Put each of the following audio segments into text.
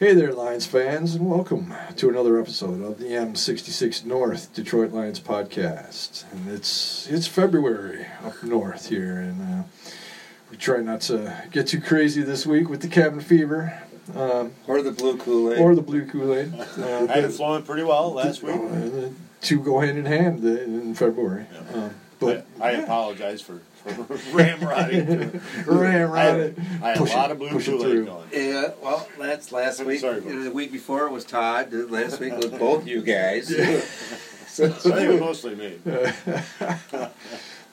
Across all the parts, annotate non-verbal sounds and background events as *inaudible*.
Hey there, Lions fans, and welcome to another episode of the M66 North Detroit Lions podcast. And it's it's February up north here, and uh, we try not to get too crazy this week with the cabin fever um, Or the blue Kool Aid. or the blue Kool *laughs* Aid. Uh, Had it flowing pretty well last week. uh, two go hand in hand uh, in February. Um, but I, I apologize for, *laughs* for ramrodding. ran *laughs* I around had, it. I had a Push it, lot of blue push it Kool through. Aid going. Yeah, well, that's last I'm week. sorry, You know, folks. the week before it was Todd. The last week was both you guys. So I think it mostly me. *laughs*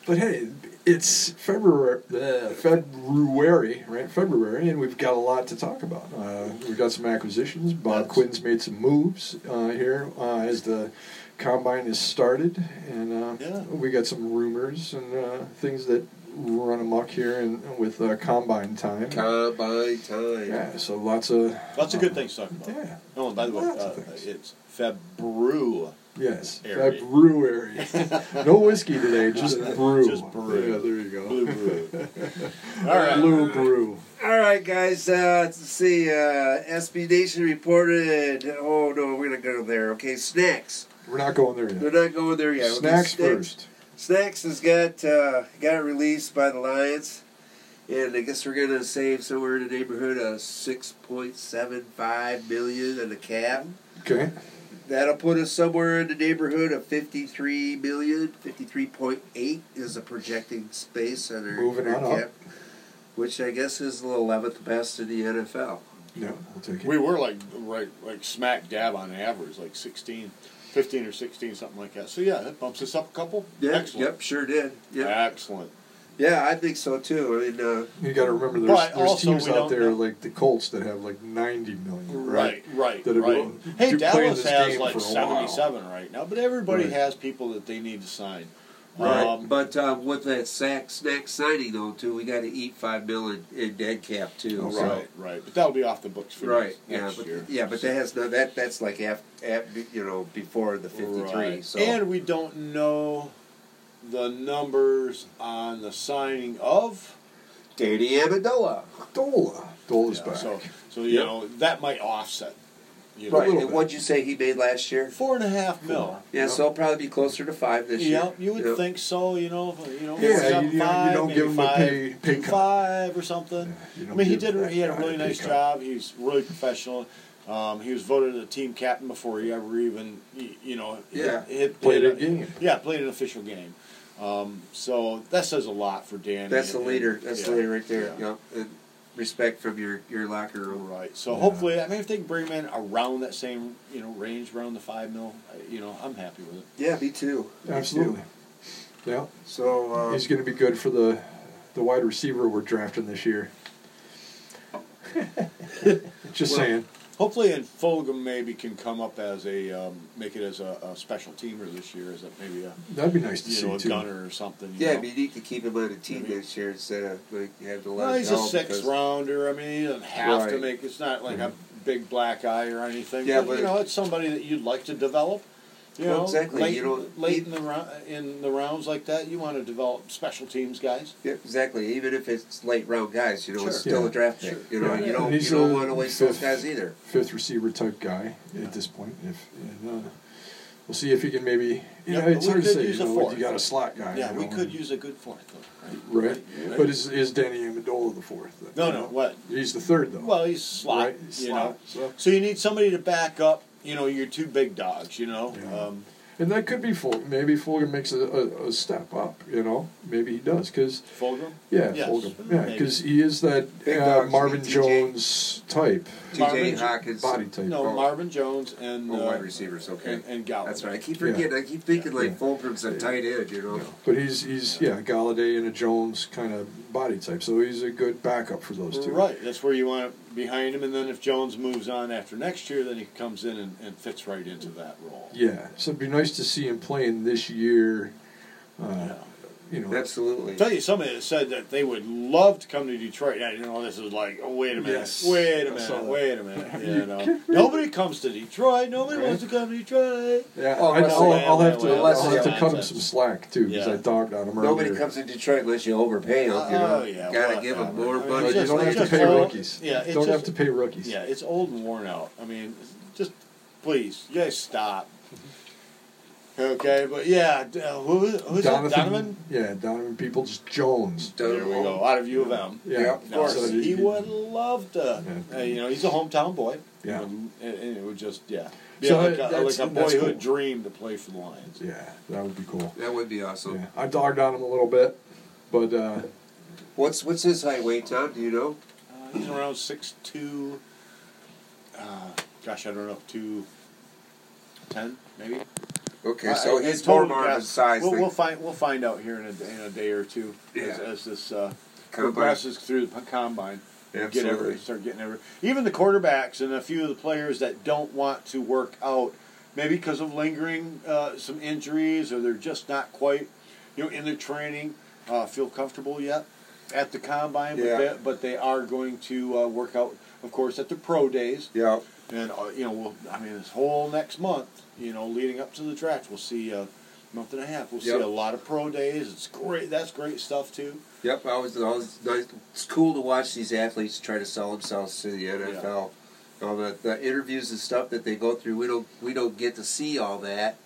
But hey, it's February, uh, February, right? February, and we've got a lot to talk about. Uh, we've got some acquisitions. Bob Yes. Quinn's made some moves uh, here uh, as the combine is started, and uh, Yeah. we got some rumors and uh, things that run amok here and with uh, combine time. Combine time. yeah, so lots of Lots of good things to talk about. yeah, Oh, by the way, Lots uh, of things. it's Febrew. yes, Area. *laughs* February. no whiskey today, just brew. Just brew. Yeah, there you go. Blue brew. *laughs* All right. Blue brew. All right, guys. Uh, let's see. Uh, SB Nation reported. Oh no, we're gonna go there. Okay, snacks. We're not going there yet. We're not going there yet. Okay, snacks first. Snacks has got uh, got it released by the Lions, and I guess we're gonna save somewhere in the neighborhood of six point seven five million in the cap. Okay. That'll put us somewhere in the neighborhood of 53 million. 53.8 is a projecting space on our Moving our on up. which I guess is the 11th best in the NFL. No, we'll take it. We were like right, like smack dab on average, like 16, 15 or 16, something like that. So yeah, that bumps us up a couple. Yeah, Excellent. Yep, sure did. Yep. Excellent. Yeah, I think so too. I mean, uh, You got to remember But there's, there's also teams we out don't there know- like the Colts that have like 90 million. Right, right, That have right. been Hey, do- playing Dallas this has game like for a while. seventy-seven right now, but everybody Right. has people that they need to sign. Right. Um, but uh, with that sack snack signing though too, we got to eat five million in dead cap too. Okay. so- Oh, right, right. But that'll be off the books for Right. Yeah, next but, year. yeah, but that has no that that's like af, af, you know before the 53. Right. So And we don't know the numbers on the signing of. Danny Amendola. Dola. Dola's Yeah, back. So, so you Yep. know that might offset. You know, Right. little And bit. what'd you say he made last year? Four and a half mil. Yeah, so it'll probably be closer to five this year. Yeah, you would Yep. think so. You know, if- you know, Yeah, if it's up you- you don't- you five, don't maybe give 'em a five, pay- pay two cut. five or something. Yeah, you don't I mean, he give did. that He had a guy really a pay nice cut. job. He's really professional. Um, he was voted the team captain before he ever even, y- you know, hit- Yeah. hit, Played hit a game. Yeah, played an official game. Um, so that says a lot for Dan. That's the and- leader. That's the yeah. leader right there. Yeah. Yep. And respect from your, your locker room. Right. So Yeah. hopefully, I mean, if they can bring him in around that same, you know, range, around the five mil, I- you know, I'm happy with it. Yeah, me too. Me Absolutely. too. Yeah. So um, He's going to be good for the the wide receiver we're drafting this year. *laughs* Just Well- saying. Hopefully, and Fulgham maybe can come up as a um, make it as a, a special teamer this year, as a, maybe a That'd be nice to you see know a too. gunner or something. You yeah, know. but you need to keep him on the team Yeah. next year instead of like you have to let Well, him he's a go sixth because- rounder. I mean, he doesn't have to Right. Mm-hmm. make. It's not like a big black eye or anything. Yeah, but, you but- know, it's somebody that you'd like to develop. You Well, know, exactly. Late, You don't- late in the round, in the rounds like that, you want to develop special teams guys. Yeah, exactly. Even if it's late round guys, you know, it's Sure. still Yeah. a draft pick. Sure. You know, Yeah. you don't And he's you don't a want to waste those fifth. guys either. Fifth receiver type guy Yeah. at this point. If and, uh, we'll see if he can maybe. You Yeah, know, but it's we hard to could say. You, use a know, when fourth. you got a slot guy. Yeah, you we know, could use a good fourth though. Right. Right. Right. But is is Danny Amendola the fourth? then? No, no. What? He's the third though. Well, he's slot. Right, You slot, know. so- So you need somebody to back up. You know, your two big dogs. You know. Yeah. Um, and that could be Fulgham. Maybe Fulgham makes a, a, a step up. You know, maybe he does because Fulgham. yeah, Yes, Fulgham, yeah, maybe. because he is that Big uh, dogs E Marvin need TJ. Jones type T.J. Marvin- Hawkins, body type. No, Oh. Marvin Jones and Oh, wide uh, receivers, okay. and, and Gallup. That's right. I keep Yeah. forgetting. I keep thinking like Yeah. Fulgrim's a tight end. You know. But he's he's yeah Galladay and a Jones kind of body type, so he's a good backup for those two. Right. That's where you want it behind him, and then if Jones moves on after next year, then he comes in and, and fits right into that role. Yeah, so it'd be nice to see him playing this year. Uh, Yeah. you know. Absolutely. I'll tell you somebody that said that they would love to come to Detroit. And I didn't know this was like, oh, wait a minute, Yes. wait a I saw minute, that. wait *laughs* a minute. You You know, nobody comes to Detroit. Nobody Right. wants to come to Detroit. yeah, Oh, I, unless I'll, they- I'll have to unless I'll have they- to cut him some slack too because Yeah. I dogged on him earlier. Nobody comes to Detroit unless you overpay them. You know? Oh, yeah, Gotta whatever. give them more I mean, But money. it's you just- don't it's have to just pay all- rookies. yeah, it's don't have just- to pay rookies. Yeah, it's old and worn out. I mean, just please, you *laughs* guys stop. Okay, but yeah, d- uh, who, who's Donovan, that? Donovan? Yeah, Donovan Peoples Jones. Don't- There we go. Out of U of M. Yeah, Yeah, Of course, So he you- would love to. Yeah. uh, you know, he's a hometown boy. Um, Yeah. and, and it would just yeah. So Yeah, like, a, that's- like a that's boyhood cool. dream to play for the Lions. Yeah, that would be cool. That would be awesome. Yeah. I dogged on him a little bit, but uh, What's what's his height weight, Tom? Do you know? Uh, he's around six two. Uh, gosh, I don't know, two ten maybe. Okay, I- so I- he's I more totally Marvin guess. size. We'll, than we'll find we'll find out here in a, in a day or two as, Yeah. as this uh, Combine. progresses through the p- combine. We'll Get every, Absolutely. start getting every, even the quarterbacks and a few of the players that don't want to work out, maybe because of lingering uh, some injuries or they're just not quite, you know, in their training, uh, feel comfortable yet at the combine. Yeah. But, they, but they are going to uh, work out, of course, at the pro days. Yeah. And uh, you know, we'll, I mean, this whole next month, you know, leading up to the draft, we'll see a month and a half. We'll Yep. see a lot of pro days. It's great. That's great stuff too. Yep, I was, I was. It's cool to watch these athletes try to sell themselves to the NFL. All the, the interviews and stuff that they go through, we don't we don't get to see all that,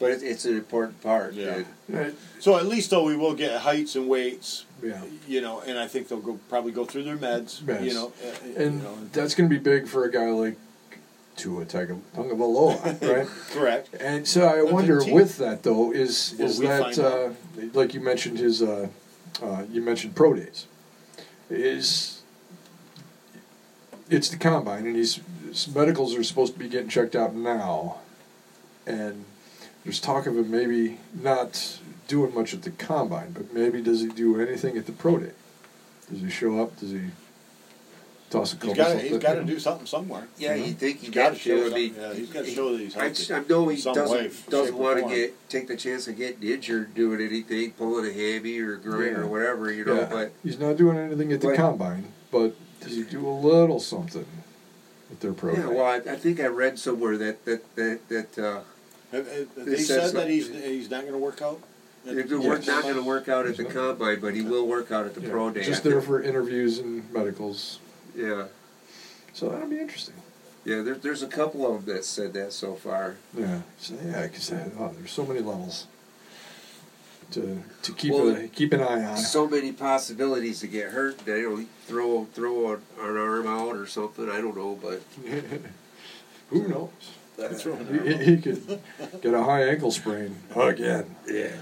but it, it's an important part. Yeah. and- yeah, So at least though, we will get heights and weights. yeah. You know, and I think they'll go probably go through their meds. Meds. You know, uh, uh, and you know, and- that's going to be big for a guy like Tua *laughs* Tagovailoa, right? correct. And so I But the wonder team- with that though is Will is we that find uh, out? like you mentioned his uh, uh, you mentioned pro days is it's the combine and he's his medicals are supposed to be getting checked out now and there's talk of him maybe not doing much at the combine but maybe does he do anything at the pro day does he show up does he toss a couple He's got to. something, He's got to you know? do something somewhere. Yeah, Mhm. you think he He's got gotta show to? I mean, something. Yeah, he's gotta show that he's I, healthy I know he in some doesn't way, shape, doesn't or want to form. get take the chance of getting injured doing anything, pulling a hammy or groin Yeah. or whatever, you know. Yeah. But he's not doing anything at the But- combine, but does he do a little something with their yeah, program? well, I, I think I read somewhere that that that that uh, Have- have It they says said that something. he's he's not going to work out. it's we're Yes. not going to work out at the combine, but he will work out at the Yeah, pro day. Just there for interviews and medicals. yeah, So that'll be interesting. yeah. There, there's a couple of them that said that so far. Yeah. So yeah, because oh, there's so many levels to to keep Well, a, keep an eye Uh-huh. on. So many possibilities to get hurt. They don't throw throw an, an arm out or something. I don't know, but *laughs* Who knows? That's right. He, he- he could get a high ankle sprain again. yeah.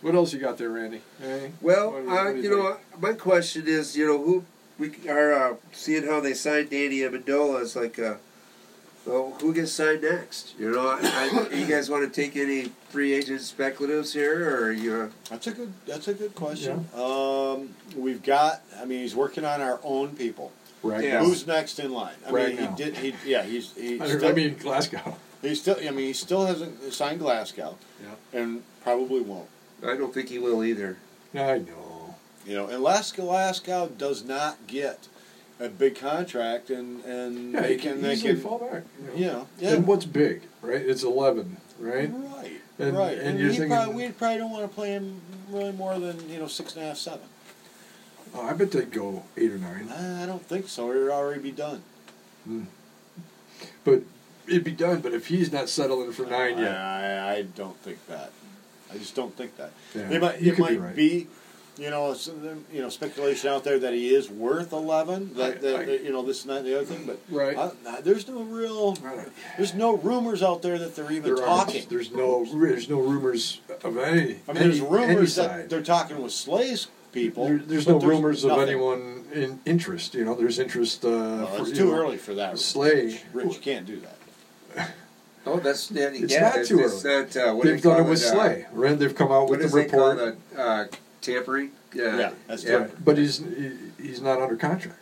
What else you got there, Randy? Eh? Well, What- uh, what do you know, think? uh, my question is, you know, who we are uh, seeing how they signed Danny Amendola is like, uh, well, who gets signed next? You know, I, I, you guys want to take any free agent speculatives here, or you? Uh, That's a good. That's a good question. Um, we've got. I mean, he's working on our own people. right yeah. now. Who's next in line? I Right mean, now. he did. He yeah. He's he. I, still, I mean, Glasgow. he still. I mean, he still hasn't signed Glasgow. Yeah. And probably won't. I don't think he will either. I know. You know, unless Glasgow does not get a big contract and and Yeah, they he can can they easily can fall back. you know? you know yeah. And what's big, right? It's eleven, right? Mm-hmm. Right, And- right. and you're he thinking- probably, we probably don't want to play him really more than you know six and a half, seven. Oh, I bet they'd go eight or nine. I don't think so. It'd already be done. But it'd be done. But if he's not settling for nine yet, I, I don't think that. I just don't think that. Yeah, It might, you it could might be be, right. you know, some, you know, speculation out there that he is worth eleven. That, I- that, I- that, you know this and that and the other thing, but Right. I, I- there's no real, Right. there's no rumors out there that they're even there are, talking. there's no there's no rumors of any. I mean, there's any- rumors any that side. they're talking with Slay's people. There- there's but no rumors of nothing. anyone in interest. You know, there's interest. Uh, Well, for, it's you too know, early for that. Slay. Rich, you can't do that. Oh, that's yeah. It's yeah, not that's- too it's early. Not, uh, what do They've they call done it with uh, Slay. Right? They've come out What with is the they call report. it? Uh, tampering. Yeah, that's Right, But he's he, he's not under contract.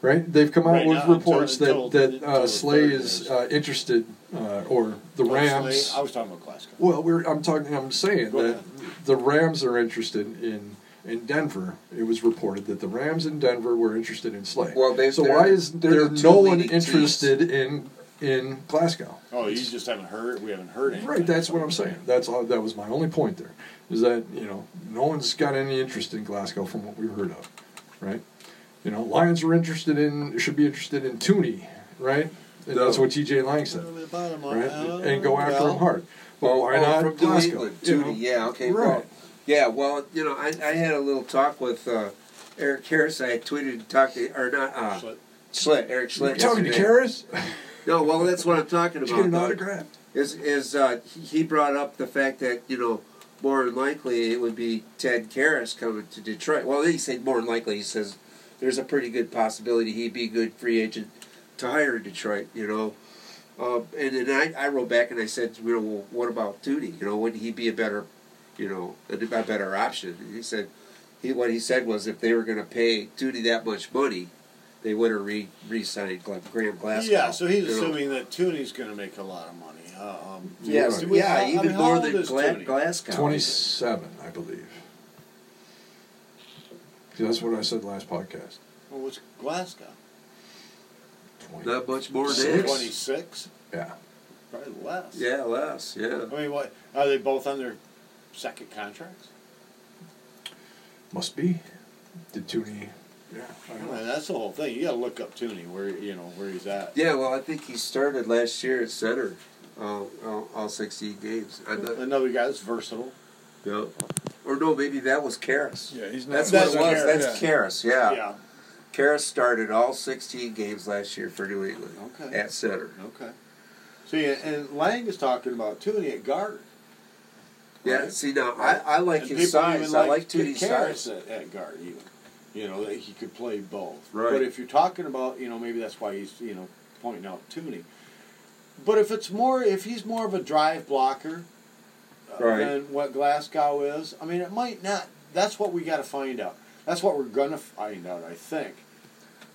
right? They've come out Right with now, until- reports until- that that until uh, the Slay third is is. uh, interested, uh, or the Rams. I was talking about Glasgow. Well, we're, I'm talking. I'm saying Go that ahead. the Rams are interested in in Denver. It was reported that the Rams in Denver were interested in Slay. Well, they- so they're- why is they're there the two no one leading teams. interested in in Glasgow? Oh, you just haven't heard. We haven't heard anything. Right, that's what I'm saying. That's all, that was my only point there. Is that you know no one's got any interest in Glasgow from what we've heard of, right? You know, Lions are interested in should be interested in Tooney, right? And that's what T.J. Lang said, right? And go after him hard. Well, why Oh, not from New Glasgow? England, you Tooney, know? yeah, okay, right. well, yeah, well, you know, I, I had a little talk with uh, Eric Harris. I had tweeted and talked to, or not, uh, Schlitt. Eric Schlitt. You're talking to yesterday. Karras? No, well, that's what I'm talking Did about. you get an though, autograph? Is is uh, he- he brought up the fact that you know more than likely it would be Ted Karras coming to Detroit. Well, he said more than likely. He says there's a pretty good possibility he'd be a good free agent to hire in Detroit. You know. Um, and then I, I wrote back and I said, you know, well, what about Tootie? You know, wouldn't he be a better, you know, a, a better option? And he said, he what he said was if they were going to pay Tootie that much money, they would have re re-signed Gla- Graham Glasgow. Yeah, so he's you know. assuming that Tooney's going to make a lot of money. Uh, um, Yeah, Right. so- we- yeah, I mean, even how more old than is Gla- Tooney? Glasgow. 27, I believe. See, That's what I said last podcast. Well, what's Glasgow? 20. Not much more than Six. that. Twenty-six, Yeah. probably less. Yeah, less. Yeah. I mean, what are they both on their second contracts? Must be. Did Tooney. Yeah. I I don't know. mean, that's the whole thing. You got to look up Tooney where you know where he's at. Yeah. Well, I think he started last year at center, uh, all, all sixteen games. I'm not, Another guy that's versatile. no. Or no, maybe that was Karras. Yeah, he's not. That's, That's what it was. Karras, That's Karras. Yeah. yeah. Karras started all sixteen games last year for New England Okay. at center. Okay. See, and Lang is talking about Tooney at guard. Yeah. Right. See, now I, I like and his people even size. I like Kid Tootie's Karras size. at, at guard even. You know that he could play both. Right. But if you're talking about, you know, maybe that's why he's you know pointing out Tooney. But if it's more, if he's more of a drive blocker uh, Right. than what Glasgow is, I mean, it might not. That's what we got to find out. That's what we're gonna find out, I think,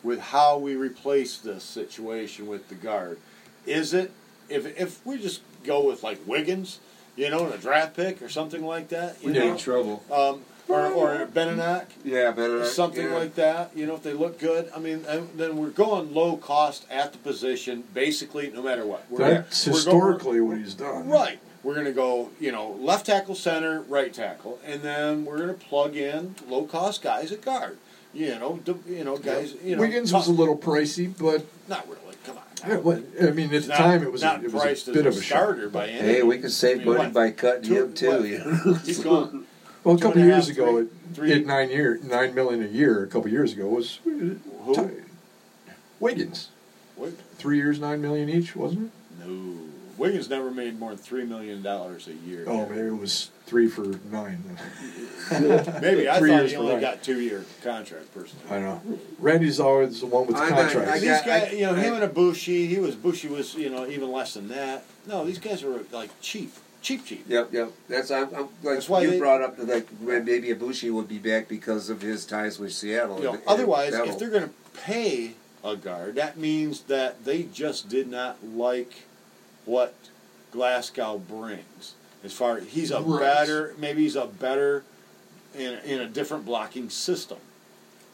with how we replace this situation with the guard. Is it if if we just go with like Wiggins, you know, and a draft pick or something like that, you We'd be know, in trouble. um, or or Benanak, Yeah, but something like that. You know, if they look good, I mean, and then we're going low cost at the position, basically, no matter what. We're, That's we're go- historically what he's done. right. We're going to go, you know, left tackle, center, right tackle, and then we're going to plug in low cost guys at guard. You know, d- you know, guys. You know, Wiggins was a not- little pricey, but not really. Come on. yeah, what- I mean, at the Not- time it was, not a, it was priced a as bit of a shock. starter by any. Hey, we could save I mean, money what, by cutting two- him too. what- You know? *laughs* He's gone. Well, a couple and a years half, ago, three- it three- did nine year, nine million a year. A couple years ago was uh, Who? Wiggins. Wig- Three years, nine million each, wasn't it? No. Wiggins never made more than three million dollars a year. Oh, maybe it was three for nine. *laughs* Maybe I Three thought years he for only nine. got two year contract personally. I know. Randy's always the one with the I got- I contracts. These got- guys, you know, him I- and Ibushi, he was Bushi was you know even less than that. No, these guys were like cheap, cheap, cheap. Yep, yep. That's I'm, I'm like That's why you they- brought up that like when maybe Ibushi would be back because of his ties with Seattle. You know, and- and otherwise, that'll- if they're going to pay a guard, that means that they just did not like what Glasgow brings. As far he's a Right. better, maybe he's a better in in a different blocking system.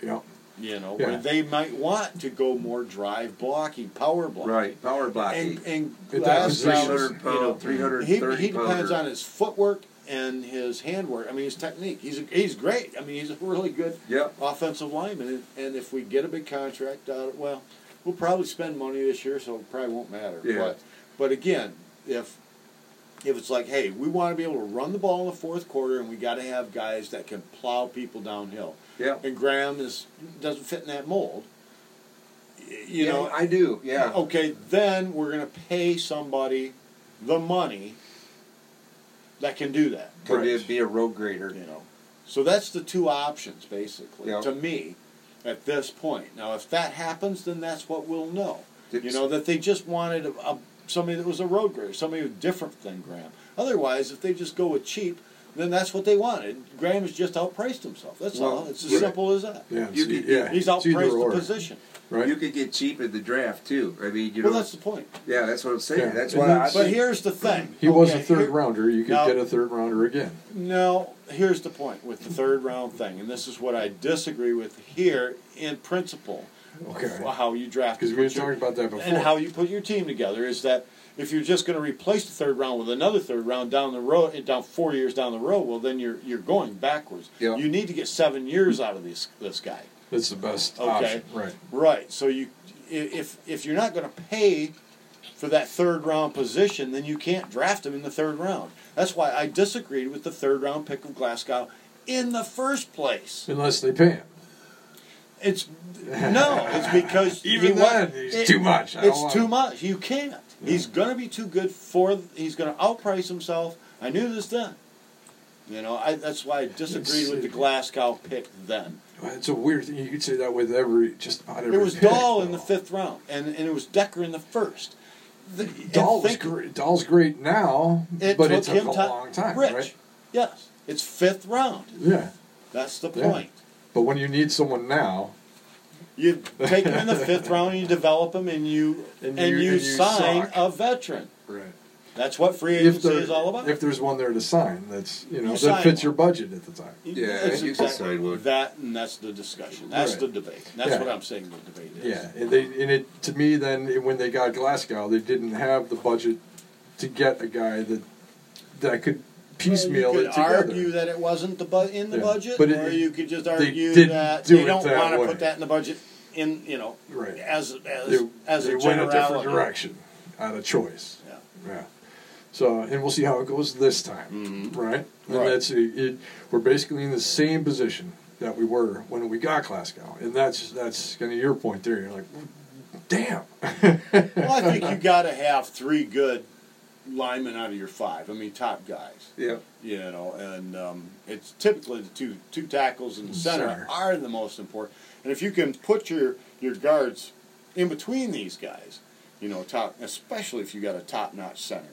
Yeah. You know, Yeah. where they might want to go more drive blocking, power blocking. right power blocking, And, and At that Glass position. Gow's, you know, 300 pound, he, 330 he depends pounder. on his footwork and his handwork. I mean, his technique. He's he's great. I mean, he's a really good Yep. offensive lineman. And, and if we get a big contract out, of, well, we'll probably spend money this year, so it probably won't matter. Yeah. But but again, if if it's like, hey, we want to be able to run the ball in the fourth quarter, and we got to have guys that can plow people downhill. yeah. And Graham is doesn't fit in that mold. Y- You Yeah, know, oh, I do. Yeah, Okay, then we're gonna pay somebody the money that can do that. could be, Right. be a road grader. You know, so that's the two options basically Yeah. to me at this point. Now, if that happens, then that's what we'll know. you It's- know that they just wanted a, a, somebody that was a road grader, somebody who was different than Graham. Otherwise, if they just go with cheap, then that's what they wanted. Graham has just outpriced himself. That's Well, all. It's as right. simple as that. Yeah, You it's e- could- yeah He's it's either outpriced or, the position. Right? You could get cheap in the draft too. I mean, you Well, know, that's the point. yeah, that's what I'm saying. Yeah. That's And why. I that's- But think- here's the thing. he was a Okay, third here- rounder. You could Now- get a third rounder again. No, here's the point with the third round thing, and this is what I disagree with here in principle. Okay. of How you draft Because we were what you're- talking about that before. and how you put your team together is that if you're just going to replace the third round with another third round down the road, eh, down four years down the road, well then you're you're going backwards. Yeah. You need to get seven years out of this this guy, That's the best Okay. option. Right. right? So you i- if if you're not going to pay for that third round position, then you can't draft him in the third round. That's why I disagreed with the third round pick of Glasgow in the first place. Unless they pay him. It's no, it's *laughs* because Even he wa- then, it's it- too much. I don't it's want too it. much. You can't. He's gonna be too good for. He's gonna outprice himself. I knew this then. You know, I, that's why I disagreed with the Glasgow pick then. It's a weird thing. You could say that with every, just about every. It was pick, Dahl in the though. fifth round, and, and it was Decker in the first. The, and Dahl was think- great. Dahl's great now, it but took it took him a ti- long time, Rich, right? yes, it's fifth round. Yeah. That's the Yeah. point. But when you need someone now, You take him in the fifth round, and you develop him, and you *laughs* And and, you- you, and you sign suck. a veteran. right? That's what free If, agency there, is all about. if there's one there to sign, that's you know You that sign fits one. your budget at the time. Yeah, That's you can exact- sign one. That and that's the discussion. That's Right. the debate. That's Yeah. what I'm saying. The debate is. Yeah, and they and it to me then it- when they got Glasgow, they didn't have the budget to get a guy that that could piecemeal you could it together. argue that it wasn't the bu- in the Yeah. budget, But it- or you could just argue didn't that do they it don't that want to way. put that in the budget. In you know, Right. as as they as they a went a generality. different direction out of choice. Yeah. Yeah. So, and we'll see how it goes this time, right? And Mm-hmm. Right. that's it, it. We're basically in the same position that we were when we got Glasgow, and that's that's kind of your point there. You're like, damn. *laughs* Oh, Well, I think you got to have three good linemen out of your five. I mean, top guys. yeah, You know, and um, it's typically the two two tackles in the center, Center. are the most important. And if you can put your your guards in between these guys, you know, top especially if you got a top notch center,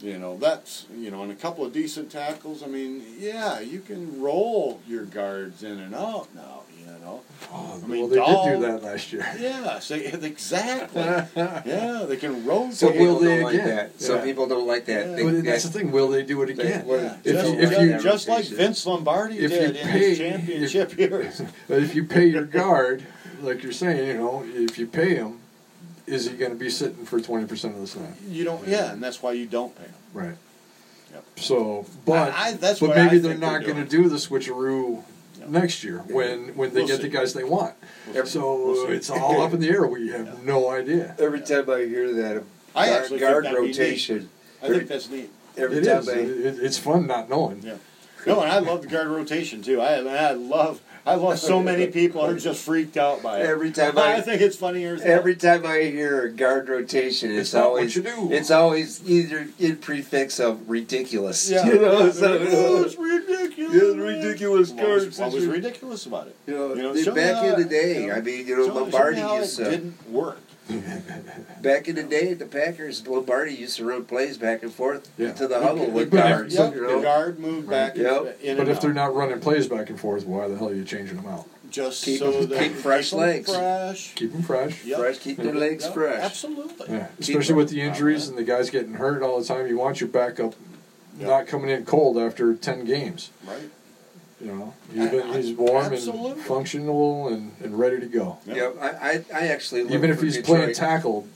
you know, that's you know, and a couple of decent tackles. I mean, yeah, you can roll your guards in and out now. You know, Oh, I mean, well, they did Dahl- do that last year. *laughs* yeah, so, *laughs* exactly. yeah, they can roll. some But will people don't they like again? that. Some Yeah. people don't like that. Yeah. They, But that's that's the thing. Will they do it they- again? what- Yeah, If just, you- if just- you- just like Vince Lombardi if did you in pay- his championship *laughs* years. But if you pay your guard, like you're saying, you know, if you pay him, is he going to be sitting for twenty percent of the snap? You don't, yeah, and that's why you don't pay him. Right. Yep. So, but I- I- that's but what maybe I they're think they're not going to doing. do the switcheroo Yeah. next year when when they We'll get see. the guys they want. We'll see. so We'll see. it's all up in the air. We have no idea. every time I hear that, I guard, actually guard think that'd be neat. rotation. I think that's neat. Every It time is. It, it's fun not knowing. Yeah. No, and I love the guard rotation too. I, I love, I *laughs* love so many people are just freaked out by I, it. every time I, I, think it's funnier. as hell. every time I hear guard rotation, it's, It's not what always you do. it's always either in prefix of ridiculous. *laughs* yeah, You know, so- Oh, it's ridiculous. Yeah, ridiculous What was- guards. What was ridiculous about it? You know, You know, the- show me back how in the it- day, you know, I mean, you know, Show- show me Lombardi how used it to. didn't work. uh, Back in the day, the Packers, Lombardi used to run plays back and forth Yeah. to the huddle with But if- guards. Yep, you the know? guard moved back. and- Yep. in But and if they're out. not running plays back and forth, why the hell are you changing them out? just Keep- so that keep they fresh them legs. fresh. Keep them fresh. Yep. Fresh, keep their Yeah. legs Yeah, fresh. Absolutely. Yeah, especially with the injuries and the guys getting hurt all the time. You want your backup not coming in cold after ten games. Right. You know, he's, been, he's warm Absolutely. and functional and, and ready to go. Yeah, I, I, I actually look Even if for he's Detroit. playing tackle,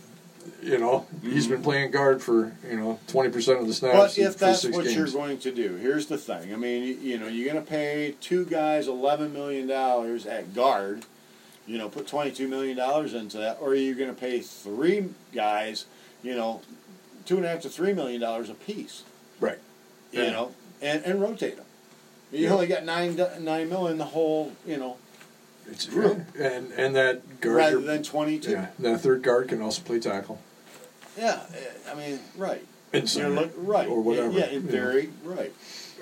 you know, he's been playing guard for you know twenty percent of the snaps. Mm-hmm. But for if that's six what games. you're going to do, here's the thing. I mean, you, you know, you're going to pay two guys eleven million dollars at guard. You know, put twenty-two million dollars into that, or you're going to pay three guys. You know, two and a half to three million dollars a piece. right, You Yeah. know, and, and rotate them. You Yeah. only got nine do- nine million in the whole. You know, it's True. and and that guard, rather than twenty-two. yeah, that third guard can also play tackle. Yeah, eh, I mean, right. And center, You're look, right. or whatever, Yeah, in you know. theory, right.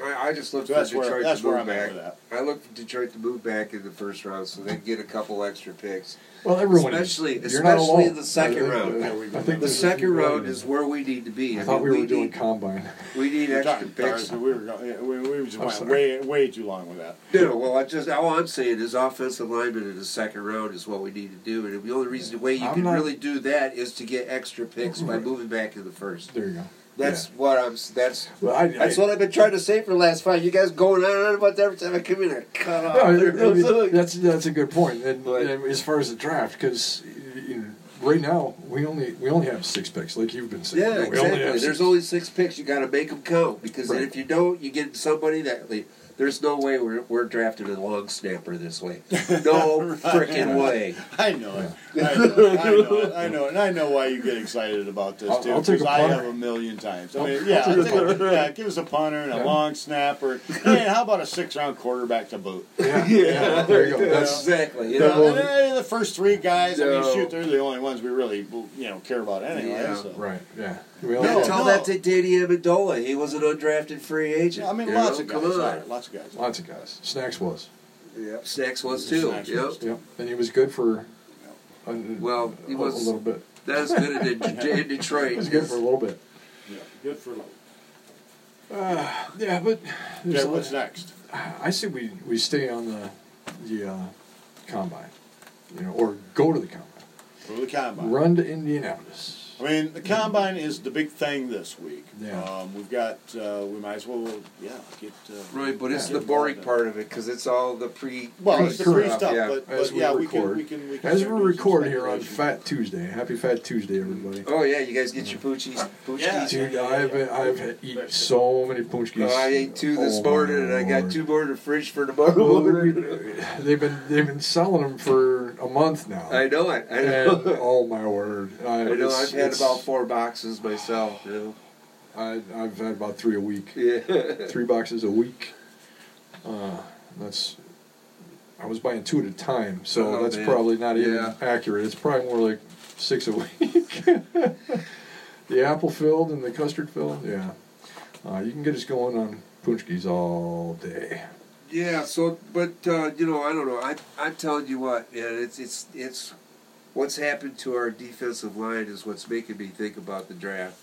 I, I just looked So for that's where Detroit that's to where move I'm at with back. that. I looked for Detroit to move back in the first round, so they'd get a couple extra picks. Well, everyone is. especially, You're not especially alone. in the second I- I- round. I think this The is- second round is where we need to be. I I thought mean, we were need- doing combine. We need We're extra talking picks. cars, and We were go- yeah, we, we just I'm went sorry. way way too long with that. No, well, I just all I'm saying is offensive lineman in the second round is what we need to do, and the only reason the way you I'm can not- really do that is to get extra picks by moving back in the first. There you go. That's what I'm. s- That's Well, I, I, that's what I've been trying to say for the last five. You guys going on and on about that every time I come in. I cut off. No, There- I mean, there's a- that's that's a good point. And, But- and as far as the draft, because you know, right now we only we only have six picks, like you've been saying. yeah, we only have exactly. six. There's only six picks. You got to make them count because Right. if you don't, you get somebody that. Like, there's no way we're, we're drafting a long snapper this *laughs* way. No freaking way. *laughs* I know it. *laughs* I know it. I know it. I know it. And I know why you get excited about this I'll- too. I'll take a Because I punter. have a million times. I mean, I'll- yeah, I'll take a I'll take a- yeah, give us a punter and a Yeah. *laughs* long snapper. And how about a six round quarterback to boot? *laughs* yeah, yeah, there you go. That's exactly. You You know? know, and, uh, the first three guys, I No. mean, shoot, they're the only ones we really you know care about anyway. Yeah. so. right. Yeah, we No, Man, only tell no. that to Danny Amendola. He was an undrafted free agent. Yeah, I mean, You lots know, of guys. come are. on. Lots of guys. lots of guys. Snacks was. Yep. Snacks was too. Snacks yep. was. Yep, and he was good for. A, Well, he a, was- a little bit. That is good in, De- in Detroit. He was good for a little bit. Yeah. Good for. Like, Uh, yeah, but there's a yeah, lot- what's next? I say we, we stay on the the uh, combine, you know, or go to the combine. For the combine. Run to Indianapolis. I mean, the combine is the big thing this week. Yeah. Um, we've got. Uh, we might as well. Yeah. Get. Uh, Right, but it's Yeah. the boring part of it because it's all the pre. Well, pre- it's the free Correct. stuff, Yeah. but, As but we yeah, we can, record. we can. We can. As we start doing record some here on speculation. Fat Tuesday, happy Fat Tuesday, everybody. Oh yeah, you guys get your poochies. poochies. Yeah. Dude, I've I've eaten so many punchkis. Oh, I ate two this Oh, my morning, and I got Lord. two more in the fridge for *laughs* Well, we- tomorrow. they've been they've been selling them for a month now. I know it. I And, know. oh my word! I, I know. it's- I've had it's- about four boxes myself. You know. I, I've had about three a week. Yeah. three boxes a week. Uh, that's I was buying two at a time, so Oh, that's man. probably not even Yeah. accurate. It's probably more like six a week. *laughs* the apple filled and the custard filled. Yeah, uh, you can get us going on punchkis all day. Yeah. So, but uh, you know, I don't know. I I'm telling you what, man. It's it's it's what's happened to our defensive line is what's making me think about the draft.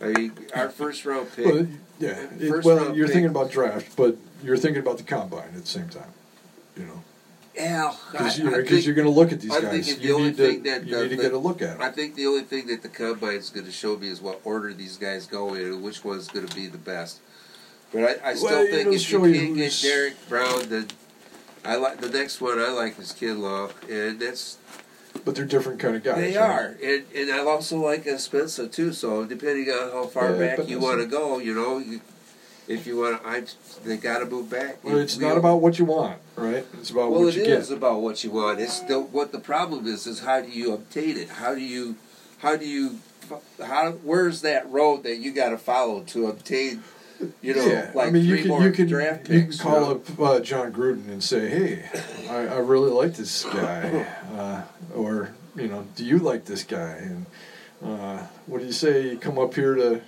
I mean, *laughs* our first round pick. Well, yeah. It- First well, round you're pick. thinking about draft, but you're thinking about the combine at the same time. You know, Yeah, because I- you I are think- going to look at these I'm guys. thinking the You only need to thing that- you that- need to that- get a look at I 'em. think the only thing that the combine's going to show me is what order these guys go in and which one's going to be the best. But I, I still Well, think it'll if show you you can't get who's- Derek Brown, then I like the next one. I like is Kinlaw, and that's But they're different kind of guys. they right? are, and and I also like Espensa too. So depending on how far Yeah, back you Espinosa. want to go, you know, you, if you want, to, I they got to move back. Well, it's We- not about what you want, right? It's about Well, what it you is get. about what you want. It's the, what the problem is is how do you obtain it? How do you, how do you, how where's that road that you got to follow to obtain? You know, yeah, like I mean, three you can more you can draft you can picks, call you know? up uh, John Gruden and say, "Hey, I, I really like *laughs* this guy," uh, or you know, "Do you like this guy?" And uh, what do you say? You come up here to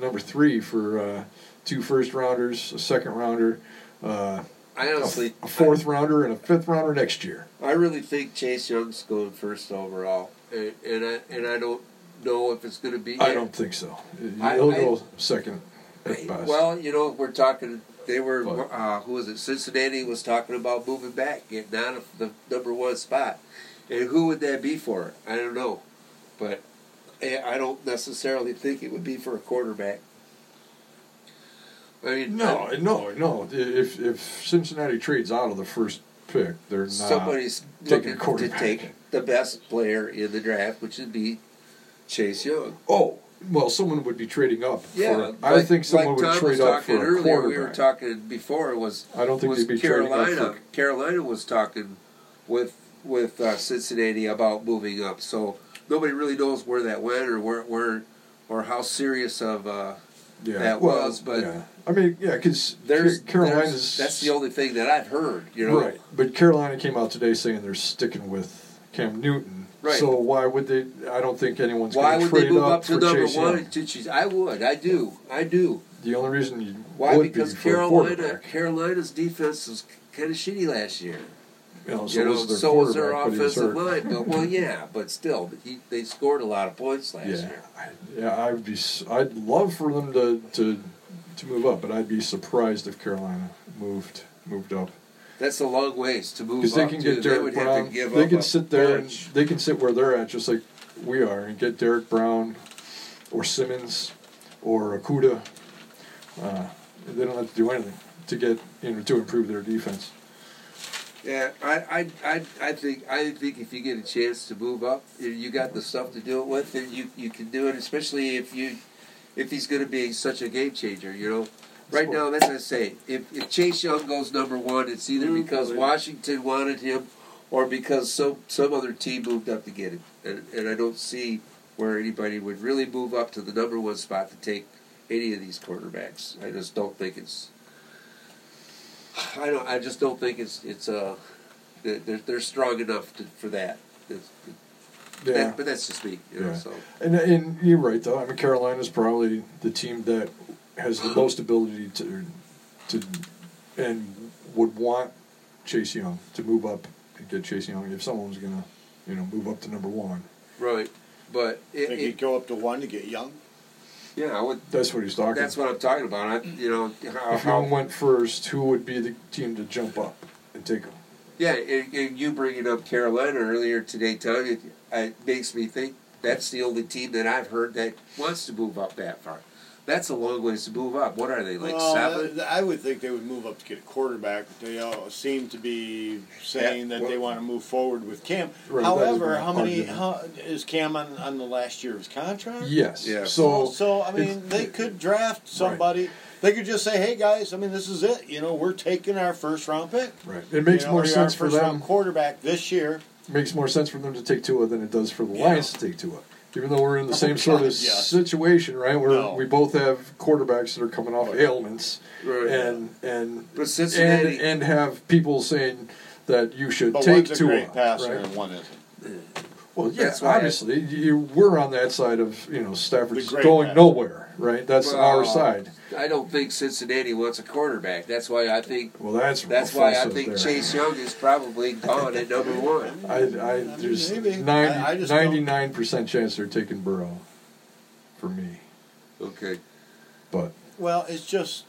number three for uh, two first rounders, a second rounder, uh, I a, honestly, a fourth rounder, and a fifth rounder next year. I really think Chase Young's going first overall, and, and I and I don't know if it's going to be. I don't think so. I- He'll I- go second at best. Well, you know, we're talking. They were What? uh, who was it? Cincinnati was talking about moving back, getting out of the number one spot, and who would that be for? I don't know, but I I don't necessarily think it would be for a quarterback. I mean, No, I- no, no. If if Cincinnati trades out of the first pick, they're not. somebody's taking a looking to quarterback. take the best player in the draft, which would be Chase Young. Oh, well, someone would be trading up. Yeah, for, I like- think someone like would Tom trade was up talking for a earlier. We were quarterback. talking before was I don't think was they'd be trading Carolina. up. Carolina was talking with with uh, Cincinnati about moving up. So nobody really knows where that went or where where or how serious of. Uh, For, yeah, that well, was, but- yeah. I mean, yeah, because there's Carolina's. there's- that's the only thing that I've heard. You know, right, but Carolina came out today saying they're sticking with Cam Newton Right. So why would they? I don't think anyone's Why going to would they trade move up, up, to for number Chase one? Young. To Chase- I would. I do. I do. The only reason you Why? would Because be for a Carolina, quarterback. Carolina's defense was kind of shitty last year. You know, so you know, was their so was their quarterback, but he was offensive hurt. line. *laughs* But well, yeah, but still, he, they scored a lot of points last Yeah, year. I, yeah, I'd be. s- I'd love for them to to to move up, but I'd be surprised if Carolina moved moved up That's a long ways to move because up. they can too. get they Derek would Brown. have to give they up can a sit there. And, bunch. they can sit where they're at, just like we are, and get Derek Brown or Simmons or Akuda. Uh, they don't have to do anything to get you know, to improve their defense. Yeah, I, I, I, I think I think if you get a chance to move up, if you got the stuff to do it with, then you, you can do it. Especially if you, if he's going to be such a game changer, you know. Right now, that's what I say. If, if Chase Young goes number one, it's either because Washington wanted him, or because some some other team moved up to get him. And, and I don't see where anybody would really move up to the number one spot to take any of these quarterbacks. I just don't think it's. I don't. I just don't think it's it's uh, they're they're- they're strong enough to, for that. It's- Yeah. that- but that's just me, you know. Yeah. So And, and you're right, though. I mean, Carolina's probably the team that has the most ability to, to, and would want Chase Young to move up and get Chase Young if someone's gonna, you know, move up to number one. right, but I it, think he'd it, go up to one to get young. yeah, I would. That's what he's talking. That's what I'm talking about. I, you know, how, If Young how, went first, who would be the team to jump up and take him? yeah, and, and you bringing up Carolina earlier today, Tony, it, it makes me think that's the only team that I've heard that wants to move up that far. That's a long ways to move up. What are they like Well, seven? th- I would think they would move up to get a quarterback. They all seem to be saying Yeah, that they well- want to move forward with Cam. Right, that was However, my how many argument. how, is Cam on, on the last year of his contract? Yes. Yeah. So, so I mean, it's- they could draft somebody. They could just say, "Hey guys, I mean, this is it. You know, we're taking our first round pick. right. It makes You know, more or sense our for first them. round quarterback this year." makes more sense for them to take Tua than it does for the Yeah. Lions to take Tua. Even though we're in the same sort of God, yes. situation, right? Where No. we both have quarterbacks that are coming off ailments, Right. and and But and Cincinnati- and have people saying that you should But take one's a Tua. great passer right? and one isn't. Well, yes, That's why I- obviously you, we're on that side of you know Stafford's The great going passer. nowhere, right? That's our Well, side. I don't think Cincinnati wants a quarterback. That's why I think Well, that's That's why I offensive think there. Chase Young is probably gone at number one. I, I there's maybe. I- I just don't- ninety nine percent chance they're taking Burrow, for me, Okay. but. Well, it's just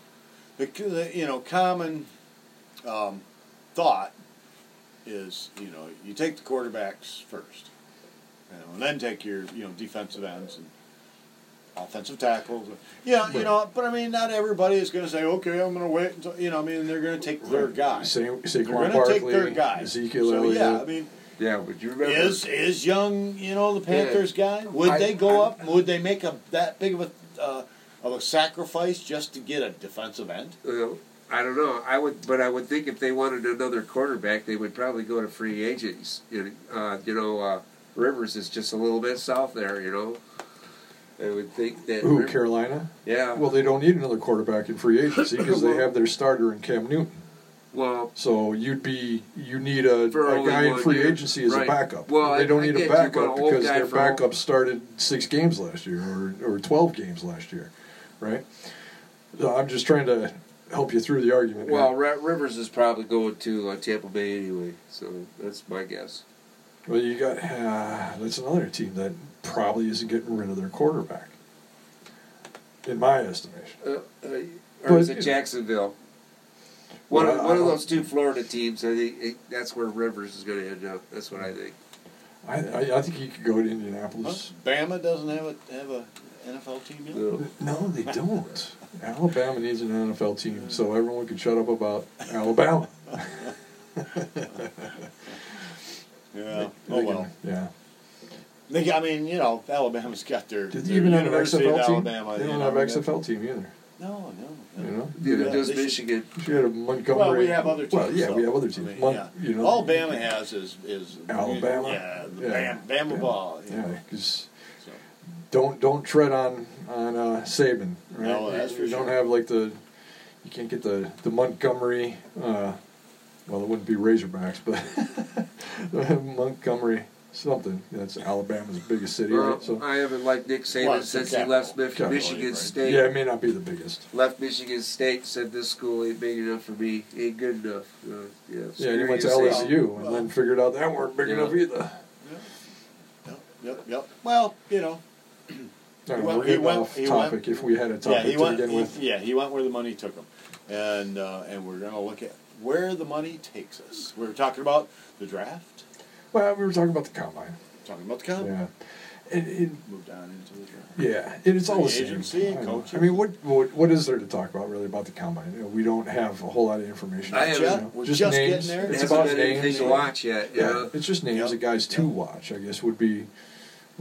the, the you know common um, thought is you know you take the quarterbacks first, you know, and then take your you know defensive ends and offensive tackles. Yeah, you Right. know, but I mean, not everybody is going to say, okay, I'm going to wait until you know. I mean, they're going to take their guy. Sa- They're going Saquon to Barkley, take their guy. Ezekiel so, Elliott. yeah, I mean, Yeah, would you remember? is is young you know the Yeah. Panthers guy? Would I- they go I- up? Would they make a that big of a uh, of a sacrifice just to get a defensive end? Uh, I don't know. I would, but I would think if they wanted another quarterback, they would probably go to free agents. You know, uh, you know uh, Rivers is just a little bit south there. You know, I would think that. Who, Riv- Carolina? Yeah. Well, Well, they don't need another quarterback in free agency because they *laughs* Well- have their starter in Cam Newton. So you'd be you need a, For a only guy in one free year. agency as Right. a backup. Well, I- they don't I need get a you want an backup old because guy their for all- backup started six games last year or, or twelve games last year, right? So I'm just trying to help you through the argument. well, here. Ri- Rivers is probably going to uh, Tampa Bay anyway, so that's my guess. well, you got uh, that's another team that probably isn't getting rid of their quarterback, in my estimation. uh, uh, or But, is you know. it Jacksonville? One, Well, of, I- one of I- those two Florida teams. I think it, that's where Rivers is going to end up. That's what I think. I, I, I think he could go to Indianapolis. Bama doesn't have a have a NFL team yet. No, they don't. Alabama needs an NFL team, so everyone can shut up about Oh, Alabama. Yeah. They Oh can- well. Yeah. They, I mean, you know, Alabama's got their, Did they their even have an University of XFL team? Alabama. they you don't know, have I mean, XFL team either. No, no. You no. know, Neither Yeah, does they should- Michigan. she had a Montgomery. Well, we have other teams. Well, yeah, though. we have other I teams. mean, Mon- yeah. You know, All Bama has is is Alabama. Yeah, the Yeah. Bam, Bama ball. You Yeah, know, because so. don't don't tread on on uh, Saban. Right? No, that's for you don't sure. have like the you can't get the the Montgomery. Uh, well, it wouldn't be Razorbacks, but *laughs* Montgomery something. That's Alabama's biggest city, Well, right? So I haven't liked Nick Saban Well, it's the since he capital. left Mich- Capital, Michigan right. State. yeah, it may not be the biggest. Left Michigan State said this school ain't big enough for me, ain't good enough. Uh, yeah, Yeah, screw you went to you, Saban. LSU and then figured out that weren't big Yeah. enough either. Yep, yep, yep. Well, you know, I don't know, Well, we're he getting went- off he topic went- if we had a yeah, topic he to went. begin He, with. yeah, he went where the money took him, and uh, and we're gonna look at where the money takes us. We were talking about the draft, Well, we were talking about the combine. talking about the comp. Yeah. And, and, Moved on into the draft. yeah, and it's all the Free same. agency, I don't know. coaching. I mean, what, what what is there to talk about really about the combine? You know, we don't have a whole lot of information. I You haven't- know, We're just getting names. there. It It's hasn't about been names. anything to and- watch yet. You Yeah, know? it's just names Yep. of guys to Yep. watch. I guess would be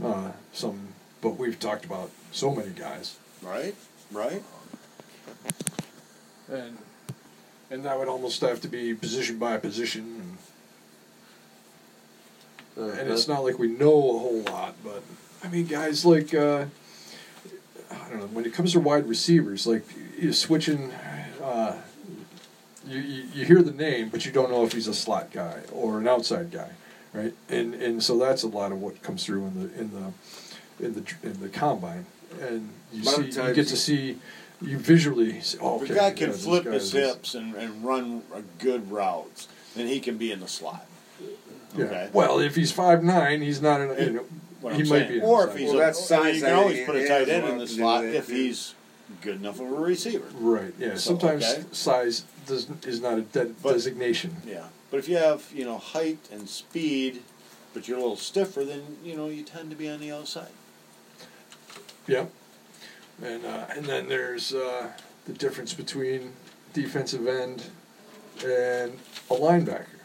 uh, some, but we've talked about so many guys, Right, right. and and that would almost have to be position by position. Uh, Uh-huh. And, and it's not like we know a whole lot, but I mean, guys like uh, I don't know when it comes to wide receivers, like you switching. Uh, you, you you hear the name, but you don't know if he's a slot guy or an outside guy, right? And and so that's a lot of what comes through in the in the in the in the combine, and you A lot of see you times- get to see you visually. See, oh, If okay, a guy can yeah, this flip guy his is- hips and, and run uh, good routes, then he can be in the slot. Yeah. Okay. Well, if he's five nine, he's not an. You It- know, What he I'm might saying. be, an or if outside he's guy. Well, a, that's I mean, you size can always that put a he tight has end in a lot the to do slot with it, if yeah. he's good enough of a receiver. Right. Yeah. So, Sometimes okay. size does is not a de- But- designation. Yeah, but if you have you know height and speed, but you're a little stiffer, then you know you tend to be on the outside. Yep. And uh, and then there's uh, the difference between defensive end and a linebacker,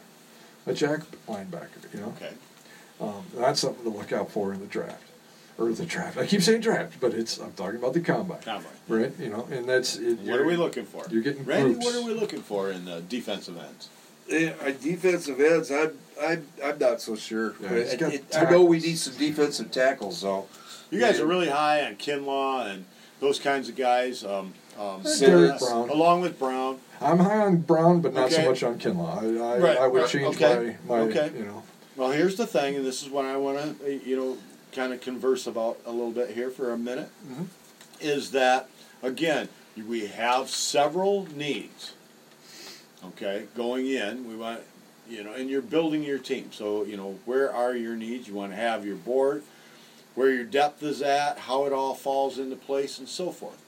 a jack linebacker. You know, Okay. um, that's something to look out for in the draft or the draft. I keep saying draft, but it's I'm talking about the combine. Combine. Right. You know, and that's it, What are we looking for? you're getting Randy, groups. what are we looking for in the defensive ends? Yeah, our defensive ends, I'm, I'm, I'm not so sure. Yeah, But it's it- got it- I know we tackles. need some defensive tackles, though. You guys Yeah. are really high on Kinlaw and those kinds of guys. Um, um, Derek Simmons, Brown. along with Brown. I'm high on Brown, but not Okay. so much on Kinlaw. I I, Right, I would right, change okay, my my okay. you know. Well, here's the thing, and this is what I want to, you know, kind of converse about a little bit here for a minute, Mhm. is that again we have several needs. Okay, going in, we want, you know, and you're building your team. So you know, where are your needs? You want to have your board, where your depth is at, how it all falls into place, and so forth.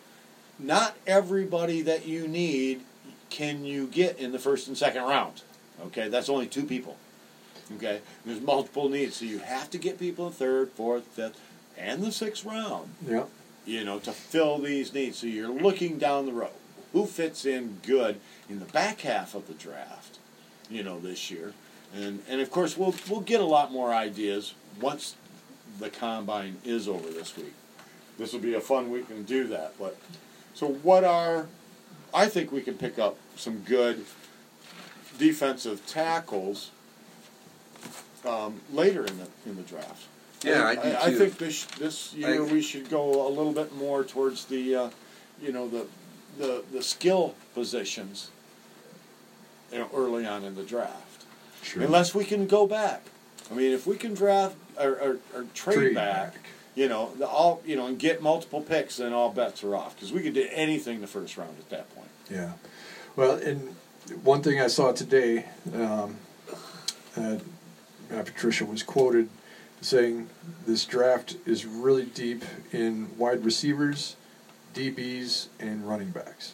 Not everybody that you need can you get in the first and second round. Okay, that's only two people. Okay, there's multiple needs, so you have to get people in third, fourth, fifth, and the sixth round. Yeah. You know, to fill these needs. So you're looking down the road. Who fits in good in the back half of the draft? You know, this year, and and of course we'll we'll get a lot more ideas once the combine is over this week. This will be a fun week to do that. But so what are? I think we can pick up some good defensive tackles um, later in the in the draft. Yeah, I do I, too. think this this year I- we should go a little bit more towards the, uh, you know, the the the skill positions. You know, early on in the draft, Sure. unless we can go back. I mean, if we can draft or, or, or trade, Trade back, back. you know, the, all you know, and get multiple picks, then all bets are off because we could do anything the first round at that point. Yeah. Well, and one thing I saw today, um, uh, Matt Patricia was quoted saying this draft is really deep in wide receivers, DBs, and running backs.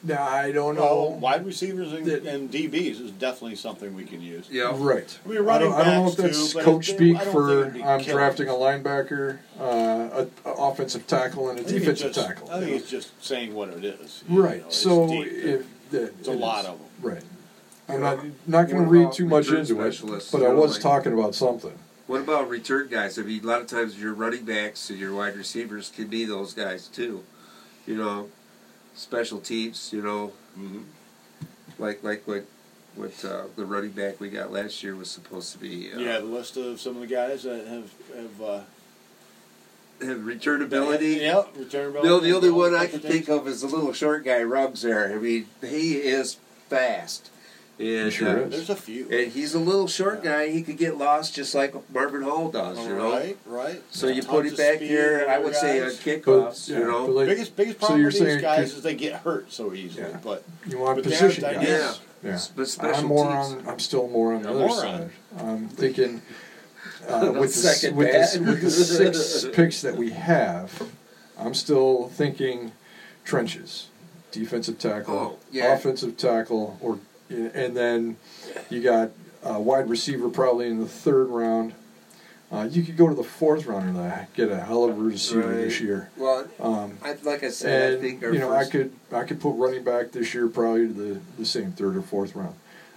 Now, I don't Well, know. wide receivers and, That- and DBs is definitely something we can use. Yeah. Right. I mean, running I don't, I don't know if backs that's too, but coach it- speak I don't think for it'd be I'm killing. drafting a linebacker, uh, a, a offensive tackle, and a I think it's defensive just- tackle. I think it's just saying what it is. you Right. know, it's so deep. if that, It's a lot of 'em. Right. You I'm know, not not going what to read about too much recruit into it, specialists? but You I know, was like- talking about something. What about return guys? I mean, a lot of times your running backs and your wide receivers can be those guys, too. You know, special teams, you know, Mhm. like like what what uh, the running back we got last year was supposed to be. Uh, *laughs* you have a list of some of the guys that have have uh, Have return ability. Yeah, return ability. No, the only one I can think of is the little short guy, Ruggs. There, I mean, he is fast. And Sure uh, is. There's a few. and he's a little short Yeah. guy. He could get lost just like Marvin Hall does, you know. Right, right. So you Tons put it of back speed here. and I would say uh, on guys. kickoffs, yeah, you know. but like, biggest biggest so problem you're with saying- these guys is they get hurt so easily. Yeah. But you want but they position have guys. Yeah. dynamics. Yeah. But special I'm more teams. on. I'm still more on the You're a other moron. side. I'm thinking *laughs* uh, with the s- Second with the, s- bat. with the *laughs* six picks that we have, I'm still thinking trenches, defensive tackle, Oh, yeah. offensive tackle, or and then you got a wide receiver probably in the third round. Uh, you could go to the fourth round and uh, get a hell of a receiver Right. this year. Well, Um, I, like I said, I and think our you know, I first, could I could put running back this year probably to the, the same third or fourth round,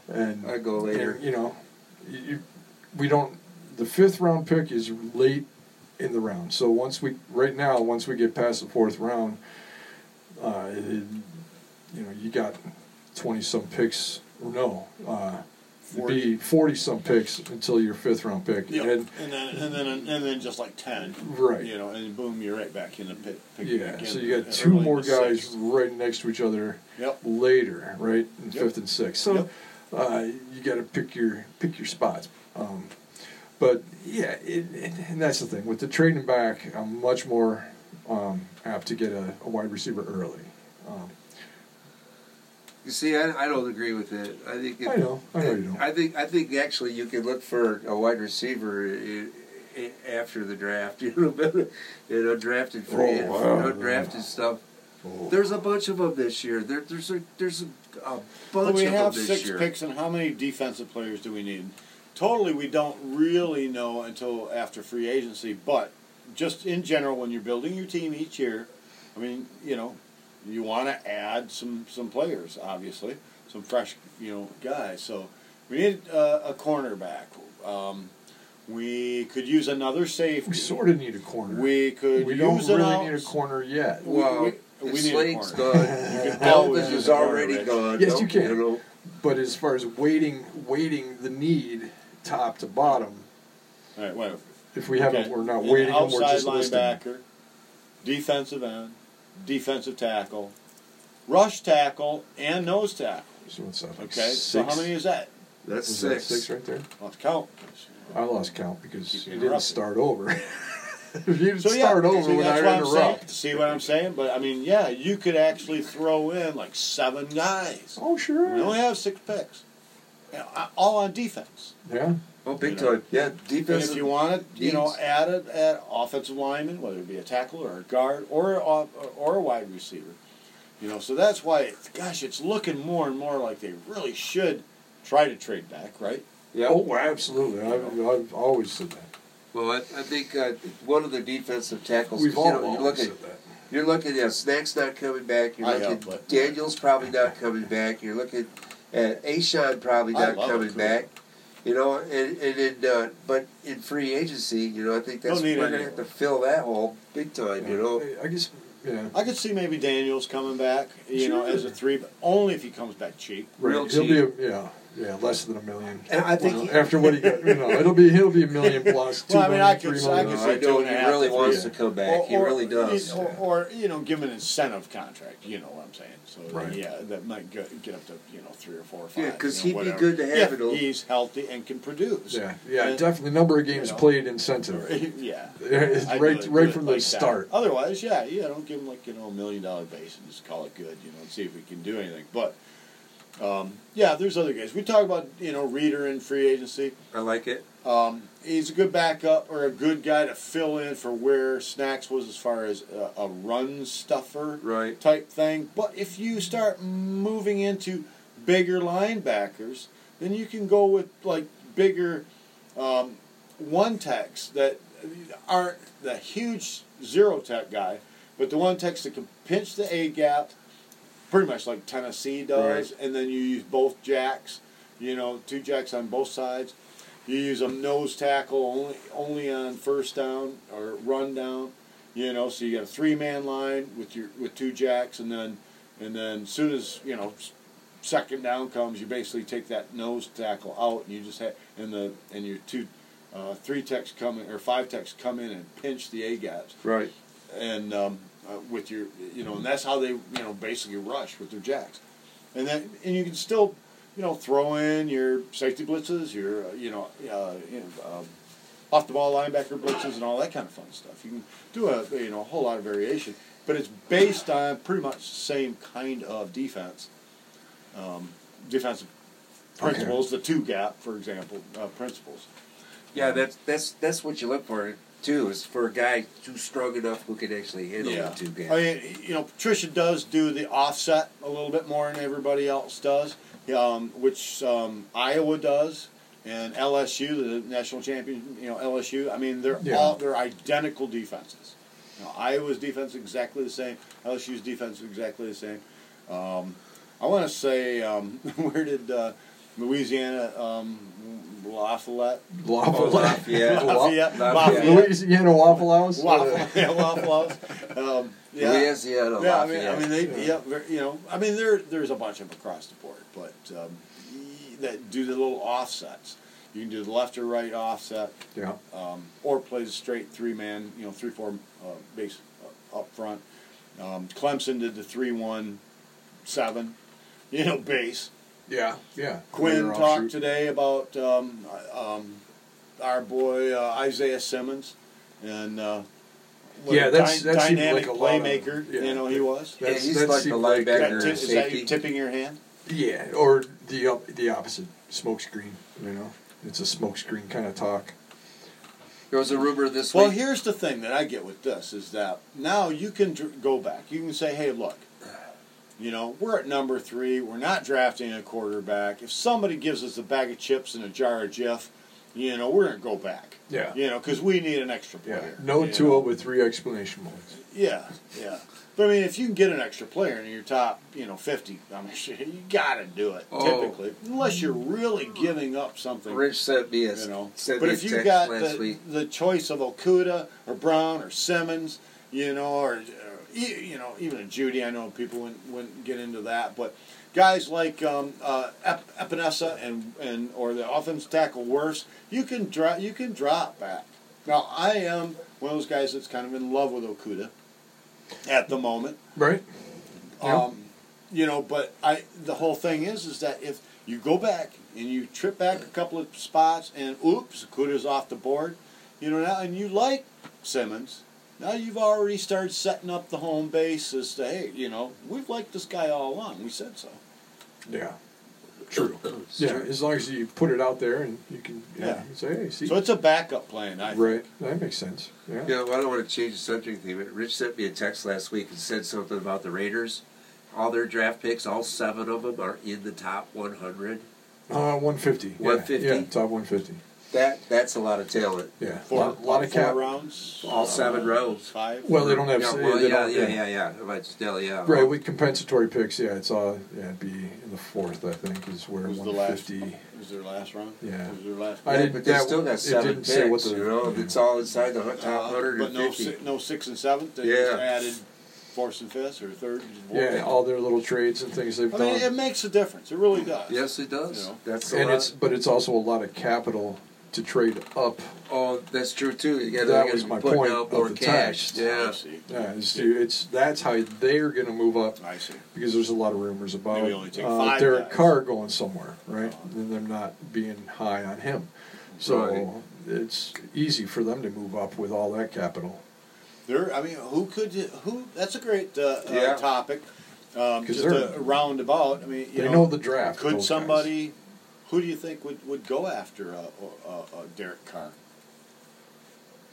and I go later. and, you know, you, you- we don't. The fifth round pick is late in the round, so once we right now, once we get past the fourth round, uh, it, you know, you got twenty some picks. Or no, uh, it'd be forty some picks until your fifth round pick, Yeah. and And, then and then and then just like ten. Right. You know, and boom, you're right back in the pit. pick yeah, back so in you at got two early more in the guys sixth. right next to each other. Yep. later, right? In Yep. fifth and sixth. So Yep. uh, you got to pick your pick your spots. Um, but yeah, it, it, and that's the thing with the trading back. I'm much more um, apt to get a, a wide receiver early. Um, You see, I, I don't agree with that. I think if, I know, I know you don't. I think I think actually you can look for a wide receiver i i after the draft. *laughs* You know, but you know, drafted free, Oh, wow. undrafted stuff. Oh. There's a bunch of them this year. There, there's a there's a, a bunch Well, we of have them this six year. picks, and how many defensive players do we need? Totally, we don't really know until after free agency. But just in general, when you're building your team each year, I mean, you know, you want to add some some players, obviously, some fresh, you know, guys. So we need uh, a cornerback. Um, we could use another we safety. sort of need a corner. We could We don't use an really outs- need a corner yet. Well, we- we we, need a Slade's corner. *laughs* gone. You could Elvis always use is a corner, already Rich. gone. Yes, Don't- you can. know. But as far as waiting, waiting the need top to bottom. All right, whatever. If we haven't, Okay. we're not An waiting. and we're Outside just listening. linebacker, defensive end, defensive tackle, rush tackle, and nose tackle. So what's that? like Okay, so how six? many is that? That's Was that six. six right there? Let's count. I lost count because Keep you didn't interrupting. start over. *laughs* if you So yeah, start over see, when I that's what I'm saying. interrupt. See what I'm saying? But I mean, yeah, you could actually throw in like seven guys. Oh We sure. only have six picks, You know, I- all on defense. Yeah. Oh, big You know. time. Yeah, And defense. if you want to, you know, add an add offensive lineman, whether it be a tackle or a guard or a, off- or a wide receiver, you know, so that's why, gosh, it's looking more and more like they really should try to trade back, right? yeah. Oh absolutely. I've, I've always said that. Well, I, I think uh, one of the defensive tackles. We've you all know, you're always looking, said that. you're looking at Snack's not coming back. You're I looking know, but- Daniel's probably not coming back. You're looking at Ashawn probably I not love coming Akuda. back. You know, and and in, uh, but in free agency, you know, I think that's Don't need we're gonna have anyone. to fill that hole big time. You know, I guess. Yeah. I could see maybe Daniels coming back, you know, Sure. as a three, but only if he comes back cheap. Real He'll be a, yeah. Yeah, less than a million. and I think Well, he- after what he got, you know, it'll be he'll be a *laughs* million plus. two Well, I mean, I million, could- three I million. could No, say I two know and a he half really to wants to three. come back. he really does. Or, or, you know, give him an incentive contract. You know what I'm saying? So Right. yeah, that might go, get up to you know three or four or five. Yeah, 'cause you know, he'd be whatever. good to have If it all. He's healthy and can produce. Yeah, yeah, And- definitely. Number of games you know. played *laughs* incentive. *laughs* yeah. It's I'd right, do it- do right it from the like that. start. Otherwise, yeah, yeah, don't give him like you know a million dollar base and just call it good, you know, and see if we can do anything. But um, yeah, there's other guys. We talk about you know Reader in free agency. I like it. Um, he's a good backup or a good guy to fill in for where Snacks was as far as a, a run stuffer Right. type thing. But if you start moving into bigger linebackers, then you can go with like bigger um, one techs that aren't the huge zero tech guy, but the one techs that can pinch the A gap, pretty much like Tennessee does, and then you use both jacks, you know, two jacks on both sides. You use a nose tackle only only on first down or run down, you know. So you got a three man line with your with two jacks, and then and then soon as you know s- second down comes, you basically take that nose tackle out, and you just have and the and your two uh, three techs come in or five techs come in and pinch the A gaps, Right. and um, uh, with your you know, and that's how they you know basically rush with their jacks, and then and you can still you know, throw in your safety blitzes, your uh, you know, uh, you know um, off the ball linebacker blitzes, and all that kind of fun stuff. You can do a you know a whole lot of variation, but it's based on pretty much the same kind of defense, um, defensive principles, the two gap, for example, uh, principles. Yeah, that's that's that's what you look for too. Is for a guy who's strong enough who can actually handle the two I games. mean, you know, Patricia does do the offset a little bit more than everybody else does, um, which um, Iowa does, and LSU, the national champion, you know, LSU. I mean, they're Yeah. all they're identical defenses. You know, Iowa's defense is exactly the same. LSU's defense is exactly the same. Um, I want to say, um, *laughs* where did uh, Louisiana um, Lafayette? Oh, Waffle House. *laughs* Lafayette. Lafayette. Lafayette. Lafayette. Louisiana Waffle House. Waffle, yeah, Waffle House. Um, yeah. Louisiana, Yeah, I mean, Lafayette. I mean, they, Yeah. yeah, ver- you know, I mean, there, there's a bunch of them across the board, but um, y- that do the little offsets. You can do the left or right offset, Yeah. um, or play the straight three man, you know, three four uh, base uh, up front. Um, Clemson did the three one seven, *laughs* you know, base. Yeah. Yeah. Quinn Another talked offshoot. today about um, um, our boy uh, Isaiah Simmons, and uh, what Yeah, a that's- dy- that seemed dynamic like a lot of- playmaker. yeah. You know, he was. yeah, That's- he's that like the seemed like- linebacker. That tip- and is that you safety. tipping your hand? Yeah, or the op- the opposite smoke screen. You know, it's a smoke screen kind of talk. There was a rumor this Well, week. here's the thing that I get with this is that now you can dr- go back. You can say, hey, look, you know, we're at number three. We're not drafting a quarterback. If somebody gives us a bag of chips and a jar of Jif, you know, we're going to go back. Yeah. You know, because we need an extra Yeah, player. no you two know? with three exclamation marks. Yeah, yeah. But I mean, if you can get an extra player in your top, you know, fifty, I mean, *laughs* you gotta do it Oh. typically, unless you're really giving up something. Rich sent me a you know, sent but me if a you text got last the, week. the choice of Okuda or Brown or Simmons, you know, or, or e- you know, even a Judy, I know people wouldn't, wouldn't get into that, but guys like um, uh, Ep- Epinesa and and or the offensive tackle worse, you can drop you can drop back. Now I am one of those guys that's kind of in love with Okuda at the moment. Right? Yeah. Um, you know, but I the whole thing is is that if you go back and you trip back a couple of spots and oops, Kuda's off the board, you know now, and you like Simmons. Now you've already started setting up the home base as to hey, you know, we've liked this guy all along. We said so. Yeah. True. yeah, as long as you put it out there and you can, yeah, Yeah. you can say, hey, see, So it's a backup plan. I think. right? That makes sense. Yeah. You know, I don't want to change the subject thing, but Rich sent me a text last week and said something about the Raiders. All their draft picks, all seven of them, are in the top 100. Uh, 150. Yeah, 150? Yeah, top 150. That that's a lot of talent. Yeah. Four, lot, lot of four cap. rounds. Uh, All seven rounds. Five. Well, they don't have. yeah, they well, yeah, don't- yeah, yeah, yeah. I might still, yeah. Right, with compensatory picks, yeah, it's all, yeah, it'd be in the fourth, I think, is where Was the last? 150. Was their last round? Yeah. Was their last? I Yeah, didn't- but they that- still it got seven didn't picks. say what the- you know, it's all inside the hu- top Uh, but no, 150. si- no six and seventh. They Yeah. just added fourth and fifth or third. and fourth. Yeah, all their little trades and things they've I done. mean, it makes a difference. It really does. yes, it does. You know. That's a and lot. it's but it's also a lot of capital to trade up. oh, that's true too. You gotta, That you gotta was be my putting point out of more the cash. text. Yeah. I see. Yeah, it's, it's that's how they're going to move up I see. because there's a lot of rumors about Maybe only take uh, five Derek guys. Carr going somewhere, right? Uh-huh. And them not being high on him, so Right. it's easy for them to move up with all that capital There. I mean, who could? Who? That's a great uh, Yeah. uh, topic. Um, 'Cause just they're- a roundabout. I mean, you They know, know the draft, those Could guys. somebody? Who do you think would, would go after uh, uh, uh, Derek Carr?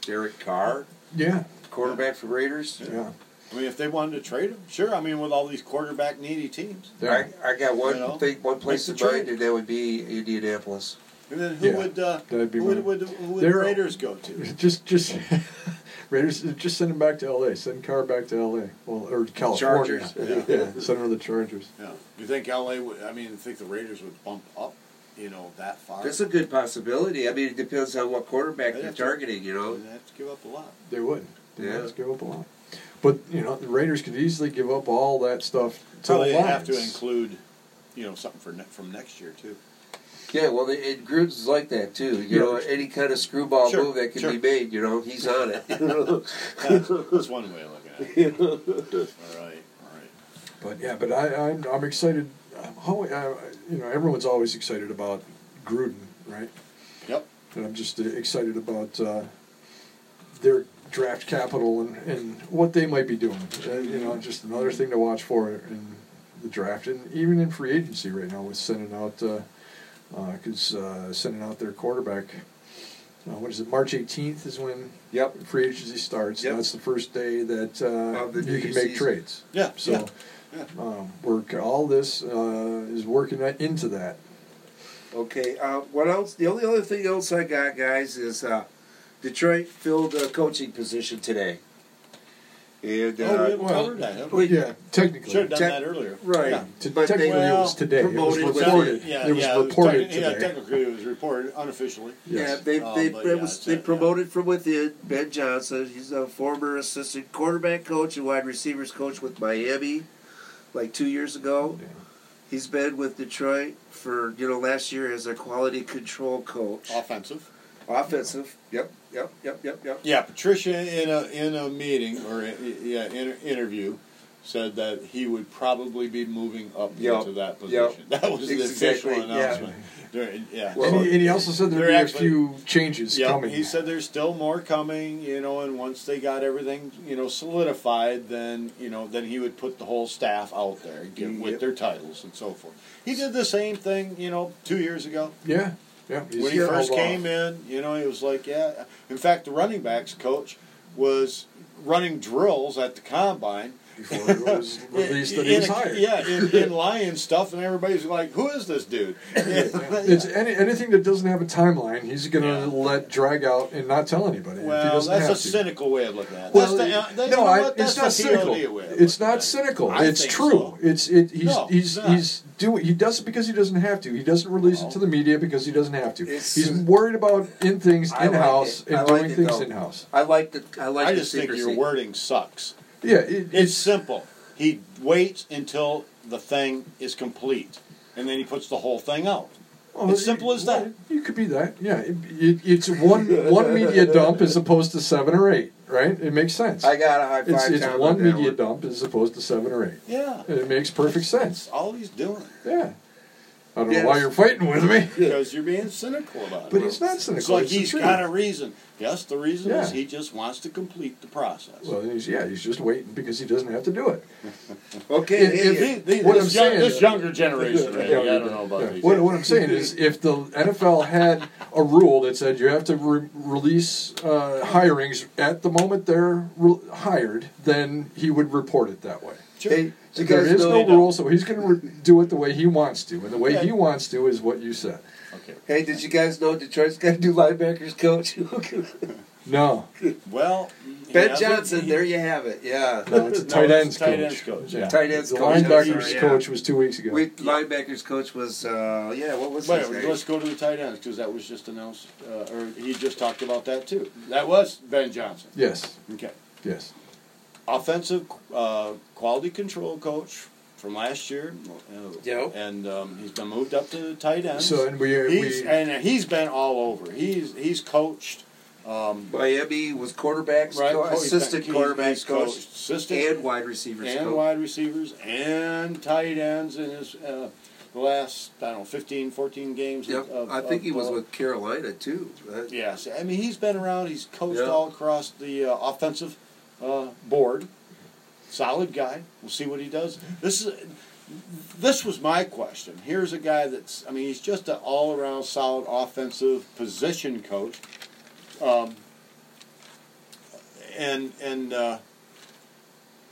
Derek Carr, yeah quarterback for Raiders. yeah I mean, if they wanted to trade him, sure. I mean, with all these quarterback needy teams, yeah, I, I got one You know, thing, one place in make the mind, trade. and that would be Indianapolis. and then who Yeah. would uh, That'd be who would, mine. would who would They're- Raiders go to? just just *laughs* Raiders just send him back to L.A. Send Carr back to L.A. Well or California Chargers. *laughs* yeah, send him to the Chargers Yeah. You think LA would? I mean, think the Raiders would bump up? You know, that far? That's a good possibility. I mean, it depends on what quarterback They'd they're have to- targeting. You know, They'd have to give up a lot. they would the Yeah. Lions give up a lot but you know the Raiders could easily give up all that stuff to Probably the they Lions. have to include, you know, something for ne- from next year *laughs* too. Yeah, well, the- and Gruden's like that too. You Yeah. know, any kind of screwball Sure, move that can sure. be made, you know, he's on it. That's one way of looking at it. all right, all right. But yeah, but I, I'm I'm excited. I'm always, uh, you know, everyone's always excited about Gruden, right? Yep. And I'm just uh, excited about uh, their draft capital and, and what they might be doing. Uh, you know, just another thing to watch for in the draft and even in free agency right now with sending out uh, uh 'cause uh, sending out their quarterback. Uh, what is it? March 18th is when *laughs* Yep. free agency starts. Yep. That's the first day that uh, Of the you new can make season. trades. Yeah. So yeah. Yeah. um, work all this uh, is working that- into that. Okay. Uh, what else? The only other thing else I got, guys, is uh, Detroit filled a coaching position today. And uh, oh, we have well, covered that. haven't we? we- yeah, technically. Should have done Tech- that earlier. right. Yeah. T- But they- technically, it was well, today. It was promoted with- reported. Yeah, it was yeah, reported techni- today. Yeah, technically it was reported unofficially. Yeah, Yes. they Oh, they but it yeah, was it's they a- yeah. promoted from within. Ben Johnson, he's a former assistant quarterback coach and wide receivers coach with Miami, like two years ago. Yeah. He's been with Detroit for you know last year as a quality control coach, Offensive. offensive. Yep, yep, yep, yep, yep. Yeah, Patricia in a in a meeting or i- i- yeah inter- interview said that he would probably be moving up Yep. into that Yep. position. *laughs* That was the Exactly, official yeah. announcement. There- yeah. Well, and, he, and he also said there'd they're be actually- a few changes Yeah, coming. he said there's still more coming, you know, and once they got everything, you know, solidified, then, you know, then he would put the whole staff out there and get with Yep. their titles and so forth. He did the same thing, you know, two years ago. yeah, yeah. when he first came in, you know, he was like, yeah. In fact, the running backs coach was running drills at the combine. before it *laughs* was released that he In was a- hired. Yeah, *laughs* in, in lion stuff, and everybody's like, who is this dude? It's any, anything that doesn't have a timeline, he's going to Yeah. let drag out and not tell anybody. if he Well, doesn't that's a have to. cynical way of looking at it. Well, that's the, uh, that- no, you know I, what? it's That's not the cynical. PLD way of It's looking at not it. cynical. I it's think true. so. It's it. He's No, he's it's not. he's doing. He does it because he doesn't have to. He doesn't release No. it to the media because he doesn't have to. It's- he's worried about in things I in like house it. and I like doing it, things though. in house. I like the I like I the just think secrecy. your wording sucks. Yeah, it, It's simple. He waits until the thing is complete, and then he puts the whole thing out. well, it's oh, it- simple as that. You could be that. Yeah, it, it, it's one one media dump as opposed to seven or eight. Right? It makes sense. I got a high five. it's it's Tom, on one that media dump as opposed to seven or eight. Yeah, It makes perfect that's sense. all he's doing Yeah. I don't Yes. know why you're fighting with me. because you're being cynical about But it. it's not cynical. It's like the he's truth. got a reason. Yes, the reason is Yeah. he just wants to complete the process. Well, he's, yeah, he's just waiting because he doesn't have to do it. Okay, If- idiot. if These- these- What this, I'm young- saying- this younger generation, Yeah, maybe. yeah, I don't know about yeah. these. What, what I'm saying is, if the NFL had a rule that said you have to re- release uh, hirings at the moment they're re- hired, then he would report it that way. Sure. Hey, you there guys is know- no rule, so he's going to re- do it the way he wants to, and the way Yeah. he wants to is what you said. Okay. Hey, did you guys know Detroit's got *laughs* a new linebackers coach? *laughs* No, Well, ben yeah, I think Johnson, he- there you have it. Yeah. *laughs* no, it's a No, tight it's ends tight coach. ends coach, yeah. Tight ends the coach, I'm linebackers sorry, yeah. coach was two weeks ago. We linebackers coach was uh, yeah. What was Wait, his name? let's go to the tight ends because that was just announced, uh, or he just talked about that too. That was Ben Johnson. yes, Okay, yes. offensive uh, quality control coach from last year. Uh, Yep. and um, he's been moved up to tight ends. So and we, he's we and he's been all over. He's he's coached. Um, Miami was quarterbacks, right, co- oh, he's assistant been- he's- quarterbacks he's coach, assistant and wide receivers and coach. wide receivers and tight ends in his uh, the last I don't know 15, 14 games. Yep, of- I think of he was ball. with Carolina too. right? Yes, I mean he's been around. He's coached Yeah. all across the uh, offensive uh, board. Solid guy. We'll see what he does. This is this was my question. Here's a guy that's. I mean, he's just an all-around solid offensive position coach. Um, and and uh,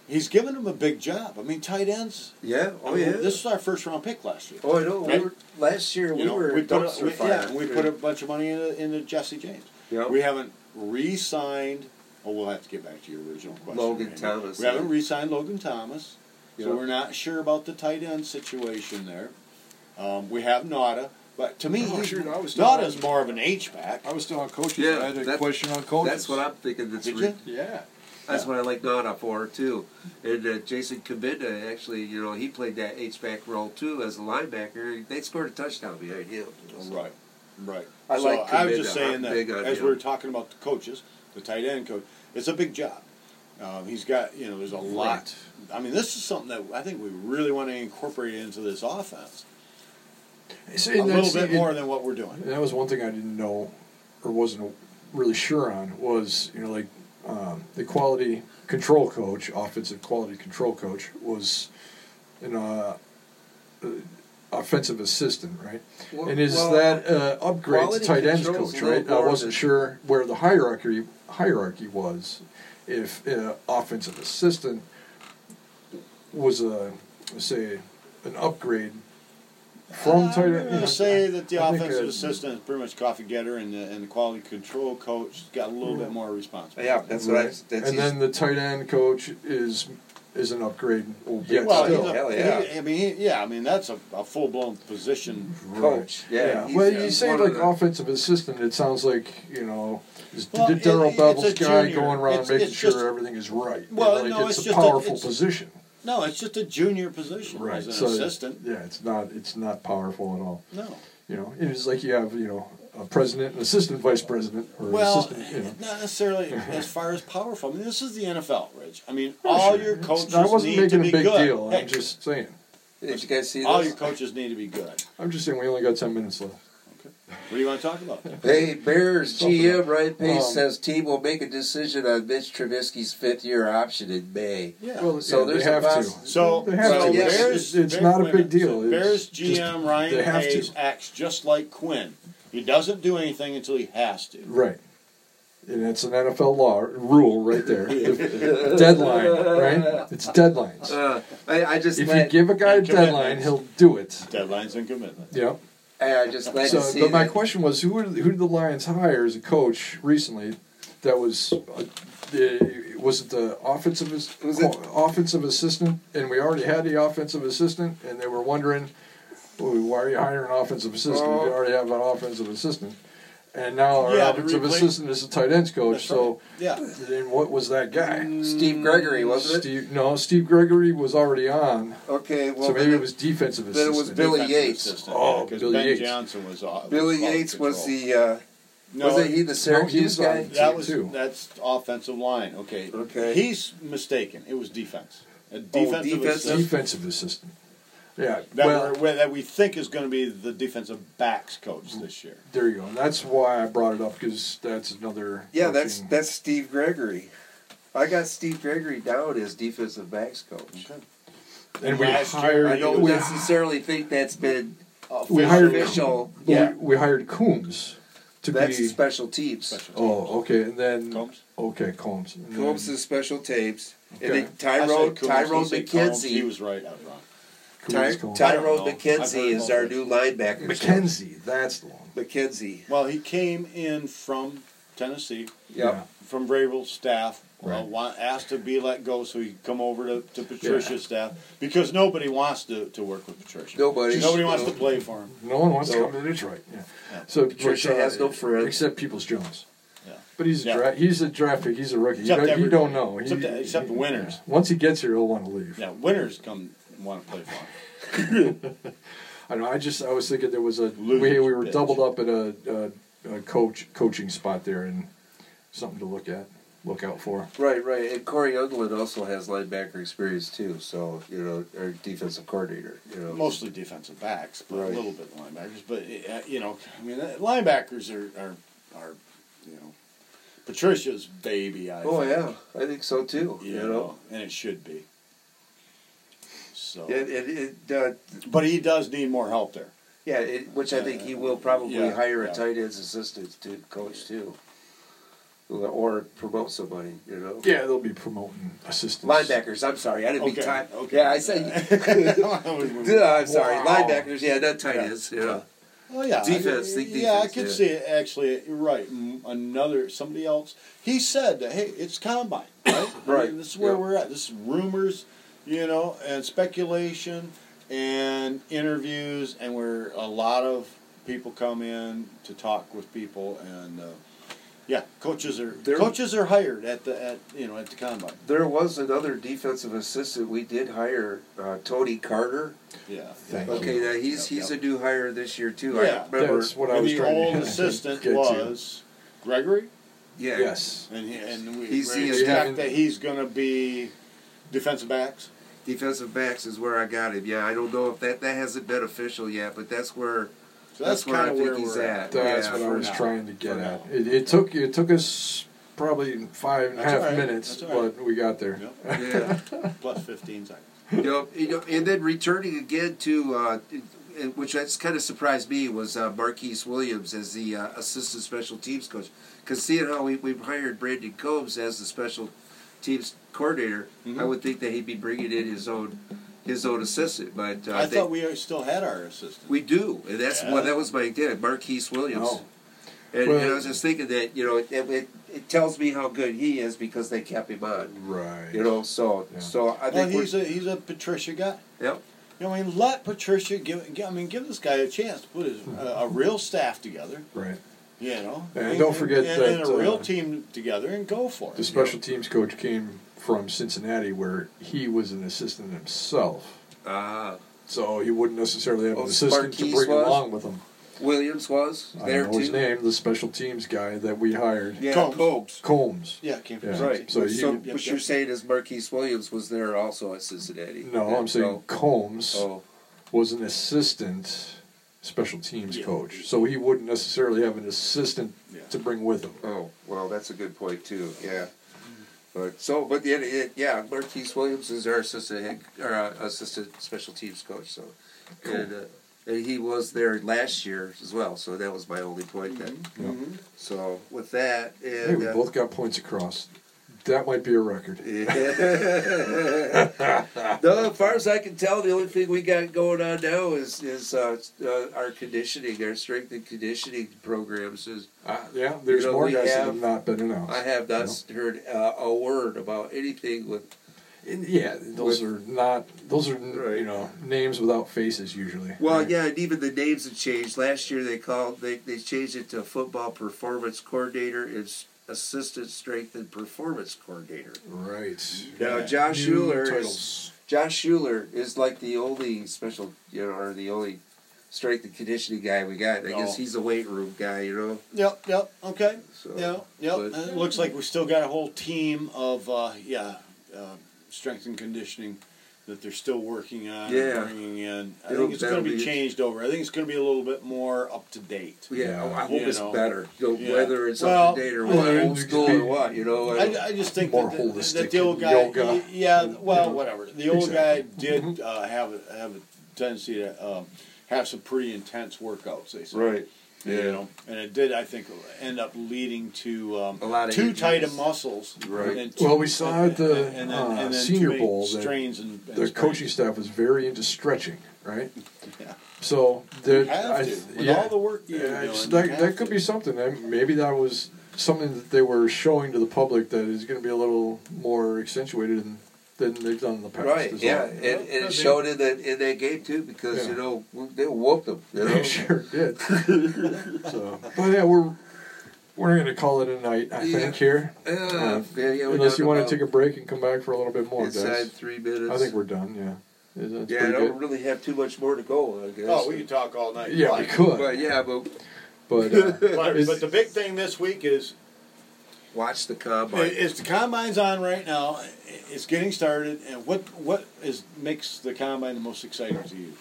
he's given him a big job. I mean, tight ends. Yeah. Oh I mean, yeah. This is our first round pick last year. oh, I know. Right. We were, last year we You know, were we put a, dumpster we- yeah, fire. we put a bunch of money into, into Jesse James. Yep. We haven't re-signed. Oh, we'll have to get back to your original question. Logan Randy. Thomas, We yeah. haven't re-signed Logan Thomas, so Yeah. we're not sure about the tight end situation there. Um, we have Nada, but to me, Oh, he's- shoot, I was Nada's more of an H back. I was still on coaches. Yeah, I had a that- question on coaches. That's what I'm thinking. That's Did re- you? Yeah. That's what I like Nana for too. And uh, Jason Kabinda actually, you know, he played that H back role too as a linebacker. They scored a touchdown behind him. Right, right. I so like I was Kabinda. just saying I'm that big on as him. we were talking about the coaches, the tight end coach, it's a big job. Um, he's got you know there's a lot. I mean, this is something that I think we really want to incorporate into this offense See, a and little that's- it- bit more than what we're doing. And that was one thing I didn't know or wasn't really sure on was, you know, like um, the quality control coach, offensive quality control coach, was, you know, uh, uh, offensive assistant, right? Well- and is well, that uh, upgrade to quality tight ends control's coach, no right? I more wasn't than- sure where the hierarchy hierarchy was, if uh, offensive assistant was a say an upgrade from tight end. Um, I'm going you know, to say that the I think, offensive uh, assistant is pretty much coffee getter, and the, and the quality control coach has got a little bit more responsibility. Yeah, that's what I. Right. That's and then the tight end coach is is an upgrade. Yet well, still. he's a- Hell yeah. he- I mean, he- yeah, I mean that's a, a full blown position. coach. Yeah. he's- Well, yeah, you he's say one of like the- offensive assistant, it sounds like you know, is Well, it- Daryl it's Bevel's a guy junior. going around It's- making it's sure just- everything is right. Well, like, no, it's, it's a just a- powerful it's- position, No, it's just a junior position right? as an so assistant. yeah, it's not it's not powerful at all. No. You know, it's like you have you know a president, an assistant vice president, or Well, assistant. You know. not necessarily as far as powerful. I mean, this is the NFL, Rich. I mean, all your It's- *laughs* coaches I wasn't need making to be a big good. deal. Hey, I'm just saying. Did you guys see all your this? coaches need to be good. I'm just saying we only got ten minutes left. What do you want to talk about? Hey, Bears Something GM up. Ryan Pace Um, says team will make a decision on Mitch Trubisky's fifth year option in May. Yeah. Well, So yeah, they there's a have poss- to. so, They have to. so Yes, Bears, it's- it's not a wait minute. big deal. So It's Bears just- GM Ryan they have to. Hayes acts just like Quinn. He doesn't do anything until he has to. Right. And it's an NFL law rule right there. *laughs* The deadline, right? It's deadlines. Uh, I, I just If you let, give a guy a and commitments. deadline, he'll do it. Deadlines and commitment. Yeah. I, I just let So you see but my that. question was, who are, who did the Lions hire as a coach recently? That was uh, the was it the offensive as- Was it- offensive assistant? And we already had the offensive assistant, and they were wondering, well, why are you hiring an offensive assistant? if you Oh. already have an offensive assistant, and now our Yeah, to offensive replace- assistant is a tight ends coach. That's So. Yeah. Then what was that guy? Steve Gregory, wasn't it? Steve, no, Steve Gregory was already on, Okay, well, so maybe then it was defensive then it assistant. was Billy Defensive Yates. assistant, Oh, because Billy Ben Yates. Johnson was off. Billy Yates was the. Uh, No, wasn't he the Syracuse was on- guy? That was too. that's offensive line. Okay. Okay. He's mistaken. It was defense. Oh, A defensive defensive? assist- defensive assistant. Yeah, that, well, we're, that we think is going to be the defensive backs coach this year. there you go. And that's why I brought it up because that's another. Yeah, that's coaching- that's Steve Gregory. I got Steve Gregory down as defensive backs coach. and we last year, hired. I don't we, necessarily think that's been we hired official. we- Yeah, we, hired Coombs to that's be. special teams. Special Oh, okay, and then Combs? Okay, Combs. And then- Combs is special tapes, and Mm-hmm. Okay. then Tyrone I said Coombs, Tyrone he said Combs. He McKenzie. was right. I was wrong. Ty, Coombs, Combs. Ty- Tyrone I don't know. I've heard McKenzie is our about new linebacker. McKenzie, that's the one. McKenzie. Well, he came in from Tennessee, Yeah. from Vrabel's staff. Right. Uh, wa- asked to be let go so he could come over to, to Patricia's staff because nobody wants to, to work with Patricia. Nobody. Nobody wants to play for him. No one wants to No. come to Detroit. Yeah. Yeah. So Patricia but, uh, has no friends. except Peoples Jones. Yeah. But he's a Yeah. dra- he's a draft pick. He's a rookie. You Except don't, you don't everybody. know. He- Except the- except the winners. yeah. Once he gets here, he'll want to leave. Yeah, winners come want to play for him. I know. I just I was thinking there was a Lose, we, we were bitch. doubled up at a, a, a coach coaching spot there and something to look at, look out for. Right, right. And Corey Younglin also has linebacker experience too, so you know, or defensive coordinator. You know, mostly defensive backs, but Right. a little bit linebackers. But uh, you know, I mean, uh, linebackers are are, are you know Patricia's baby. I Oh think, yeah, I think so too. you, You know, know, and it should be. So, yeah, it, it, uh, but he does need more help there. yeah, it, which I think he will probably Yeah, hire a yeah. tight ends assistant to coach too, or or promote somebody. You know, Yeah, they'll be promoting assistants. linebackers. I'm sorry, I didn't mean Okay, time. okay. Yeah, I *laughs* said. *laughs* Duh, oh I'm sorry, Wow. linebackers. Yeah, not tight Yeah. ends. You know, yeah, Defense, I, think yeah, I defense, could yeah. see it actually. You're right. Mm, Another somebody else. He said that hey, it's combine, right? I *coughs* Right, mean, this is where yeah. we're at. This is rumors, you know, and speculation, and interviews, and where a lot of people come in to talk with people, and uh, yeah, coaches are They're- coaches are hired at the at you know at the combine. there was another defensive assistant we did hire, uh, Tony Carter. Yeah. Thank you. Okay, now he's Yep, he's yep. a new hire this year too. Yeah. I remember. *laughs* That's what I and was the trying old to assistant get to. was Gregory. Yeah. Yes. And, he, and we He's- we he is- expect that he's going to be defensive backs. Defensive backs is where I got him. Yeah, I don't know if that that hasn't been official yet, but that's where So that's, That's where I kind of think where he's we're at. That's Yeah, what I for was now. trying to get For at. now. It, it took it took us probably five and a That's half all right. minutes, That's all right. but we got there. Yep. yeah. Plus 15 seconds. you know, you know, and then returning again to uh, it- which that's kind of surprised me was uh, Marquise Williams as the uh, assistant special teams coach. Because seeing how we we've hired Brandon Combs as the special teams coordinator, I Mm-hmm. would think that he'd be bringing in his own his own assistant. But uh, I they- thought we still had our assistant. we do, and that's Yeah. well, that was my idea, Marquise Williams. Oh. And, Well- and I was just thinking that you know it, it it tells me how good he is because they kept him on. Right. You know, so Yeah. so I well, think he's we're, a he's a Patricia guy. Yep. You know, I mean, let Patricia give. gi- I mean, give this guy a chance to put his uh, a real staff together. Right. You know, And don't forget and, and that, a real uh, team together and go for it. The special teams coach came from Cincinnati, where he was an assistant himself, ah. so he wouldn't necessarily have Oh, an assistant to Sparkees bring was? along with him. Williams was I there don't know his too. name, the special teams guy that we hired, Yeah, Combs. Combs. Combs. Yeah, it came from Yeah. Right. So So, you- what Yep, you're yep. saying is Marquise Williams was there also at Cincinnati. No, I'm saying No. Combs Oh, was an assistant special teams Yeah. coach, so he wouldn't necessarily have an assistant Yeah. to bring with him. oh, well, that's a good point too. Yeah. Mm-hmm. But so, but yeah, it, yeah, Marquise Williams is our assistant head, or, uh, assistant special teams coach. So, and, uh, and he was there last year as well. So that was my only point. Then. Mm-hmm. So with that, and Hey, we uh, both got points across. That might be a record. *laughs* no, as far as I can tell, the only thing we got going on now is is uh, uh, our conditioning, our strength and conditioning programs. Is Uh, yeah, there's You know, more we guys that have- have not been announced. I have not heard uh, a word about anything with And yeah, those are not those are Right. you know names without faces usually. Well, Right. yeah, and even the names have changed. Last year they called they, they changed it to football performance coordinator and s- assistant strength and performance coordinator. right. Now Yeah. Josh New Schuler is, titles. Josh Schuler is like the only special you know or the only strength and conditioning guy we got. I No. guess he's a weight room guy, you know. Yep, yep, okay. Uh, So Yeah, Uh, yep. but- and it looks like we still got a whole team of uh, yeah, uh, strength and conditioning that they're still working on and Yeah. bringing in. I It'll- think it's going to that'll be be- changed over. I think it's going to be a little bit more up to date. Yeah, Yeah. I hope You it's know. better. You know, Yeah. Whether it's Well, up to date or well, whether old it's school be- or what, you know. I I, don't- I just think More that, the, that holistic the old guy, yoga. y- yeah, well, Yeah. whatever. *laughs* The old Exactly. guy Mm-hmm. did uh, have a, have a tendency to um, have some pretty intense workouts. They say. right. You know, and it did, I think, end up leading to um, A lot of too tight of injuries. muscles. Right. and too- Well, we saw at the, uh, too Senior many Bowl that strains and, and The strains. coaching staff was very into stretching, right? *laughs* Yeah. So You there, have I, to. With yeah, all the work you're Yeah, doing, it's- you that, have that could to. be something. That maybe that was something that they were showing to the public that is going to be a little more accentuated than, than they've done in the past. Right, is yeah, all. and, and it showed in that in that game too because Yeah. you know they whooped them. You *laughs* know? *laughs* They sure did. so, but yeah, we're we're going to call it a night. I Yeah. think here, Yeah, Uh, yeah, yeah, we're unless down you want about to take a break and come back for a little bit more, inside guys. three minutes. I think we're done. Yeah, Is- that's uh, yeah, I pretty don't good. really have too much more to go. I guess. Oh, we could talk all night. Yeah, we Like, could, But yeah, but but *laughs* uh, But, Is- but the big thing this week is watch the combine. is the combine's on right now. It's getting started, and what what is makes the combine the most exciting to you?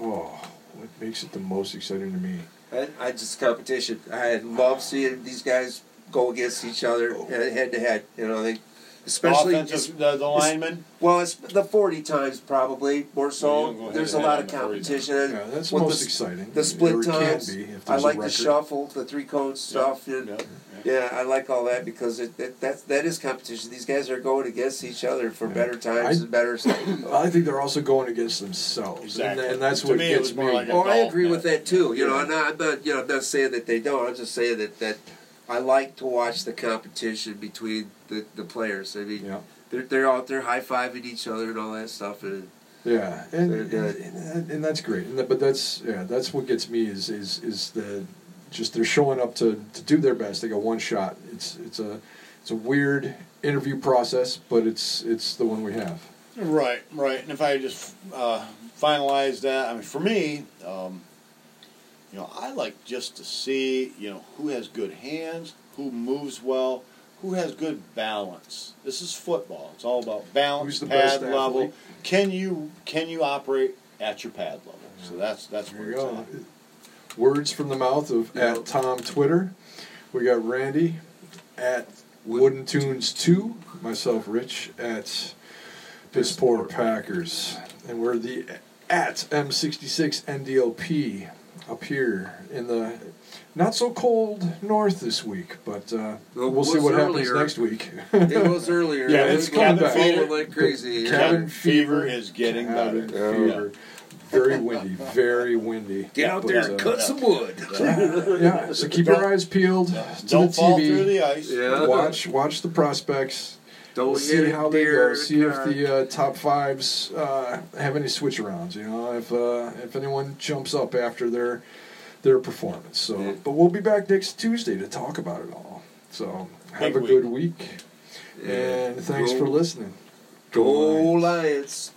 oh, what makes it the most exciting to me? I, I just competition. I love seeing these guys go against each other uh, head to head. You know, they especially Oh. Offensive, the, the lineman. Well, it's the forty times probably more so. You don't go there's a ahead lot and of have the 40 times. competition. Yeah, that's With most the, s- exciting. The Or it split can times. be if I there's a like the record. shuffle, the three cone stuff. and- Yeah, yeah. Yeah, I like all that because it, that that's, that is competition. These guys are going against each other for Yeah. better times I- and better stuff. I think they're also going against themselves, Exactly. and, and that's To what me, it gets was me. more like a- Oh, I agree with that too. You know, Yeah. and I- I'm not you know I'm not saying that they don't. I'm just saying that that I like to watch the competition between the, the players. I mean, yeah, they're they're out there high fiving each other and all that *laughs* stuff. And yeah, and, and, They're good. and, and that's great. And that, but that's yeah, that's what gets me is is is the just they're showing up to, to do their best. They got one shot. It's it's a it's a weird interview process, but it's it's the one we have. Right, right. And if I just uh, finalize that, I mean, for me, um, you know, I like just to see, you know, who has good hands, who moves well, who has good balance. This is football. It's all about balance, Who's the pad best level. athlete? Can you can you operate at your pad level? So that's that's There where you it's go. at. Words from the mouth of Yeah. at Tom Twitter. We got Randy at Wooden Tunes Two. Myself, Rich at Piss Poor Packers, and we're the at M66 NDLP up here in the not so cold north this week, but uh, Well, we'll, see was what happens earlier. next week. It was earlier. Yeah, it's We're going coming back. forward *laughs* like crazy. The Yeah. cabin Cabin fever fever is getting Cabin better. fever. Very windy, very windy. Get out there and But, uh, cut some wood. yeah, so keep your eyes peeled Yeah. to Don't the fall through TV. the ice. Yeah. Watch, watch the prospects. *laughs* Don't see hit how a they deer. go. in a See if car. the uh, top fives uh, have any switch arounds. You know, if uh, if anyone jumps up after their their performance. So, Yeah. but we'll be back next Tuesday to talk about it all. So, have Big a week. good week, Yeah. and thanks for Go- listening. Go Lions.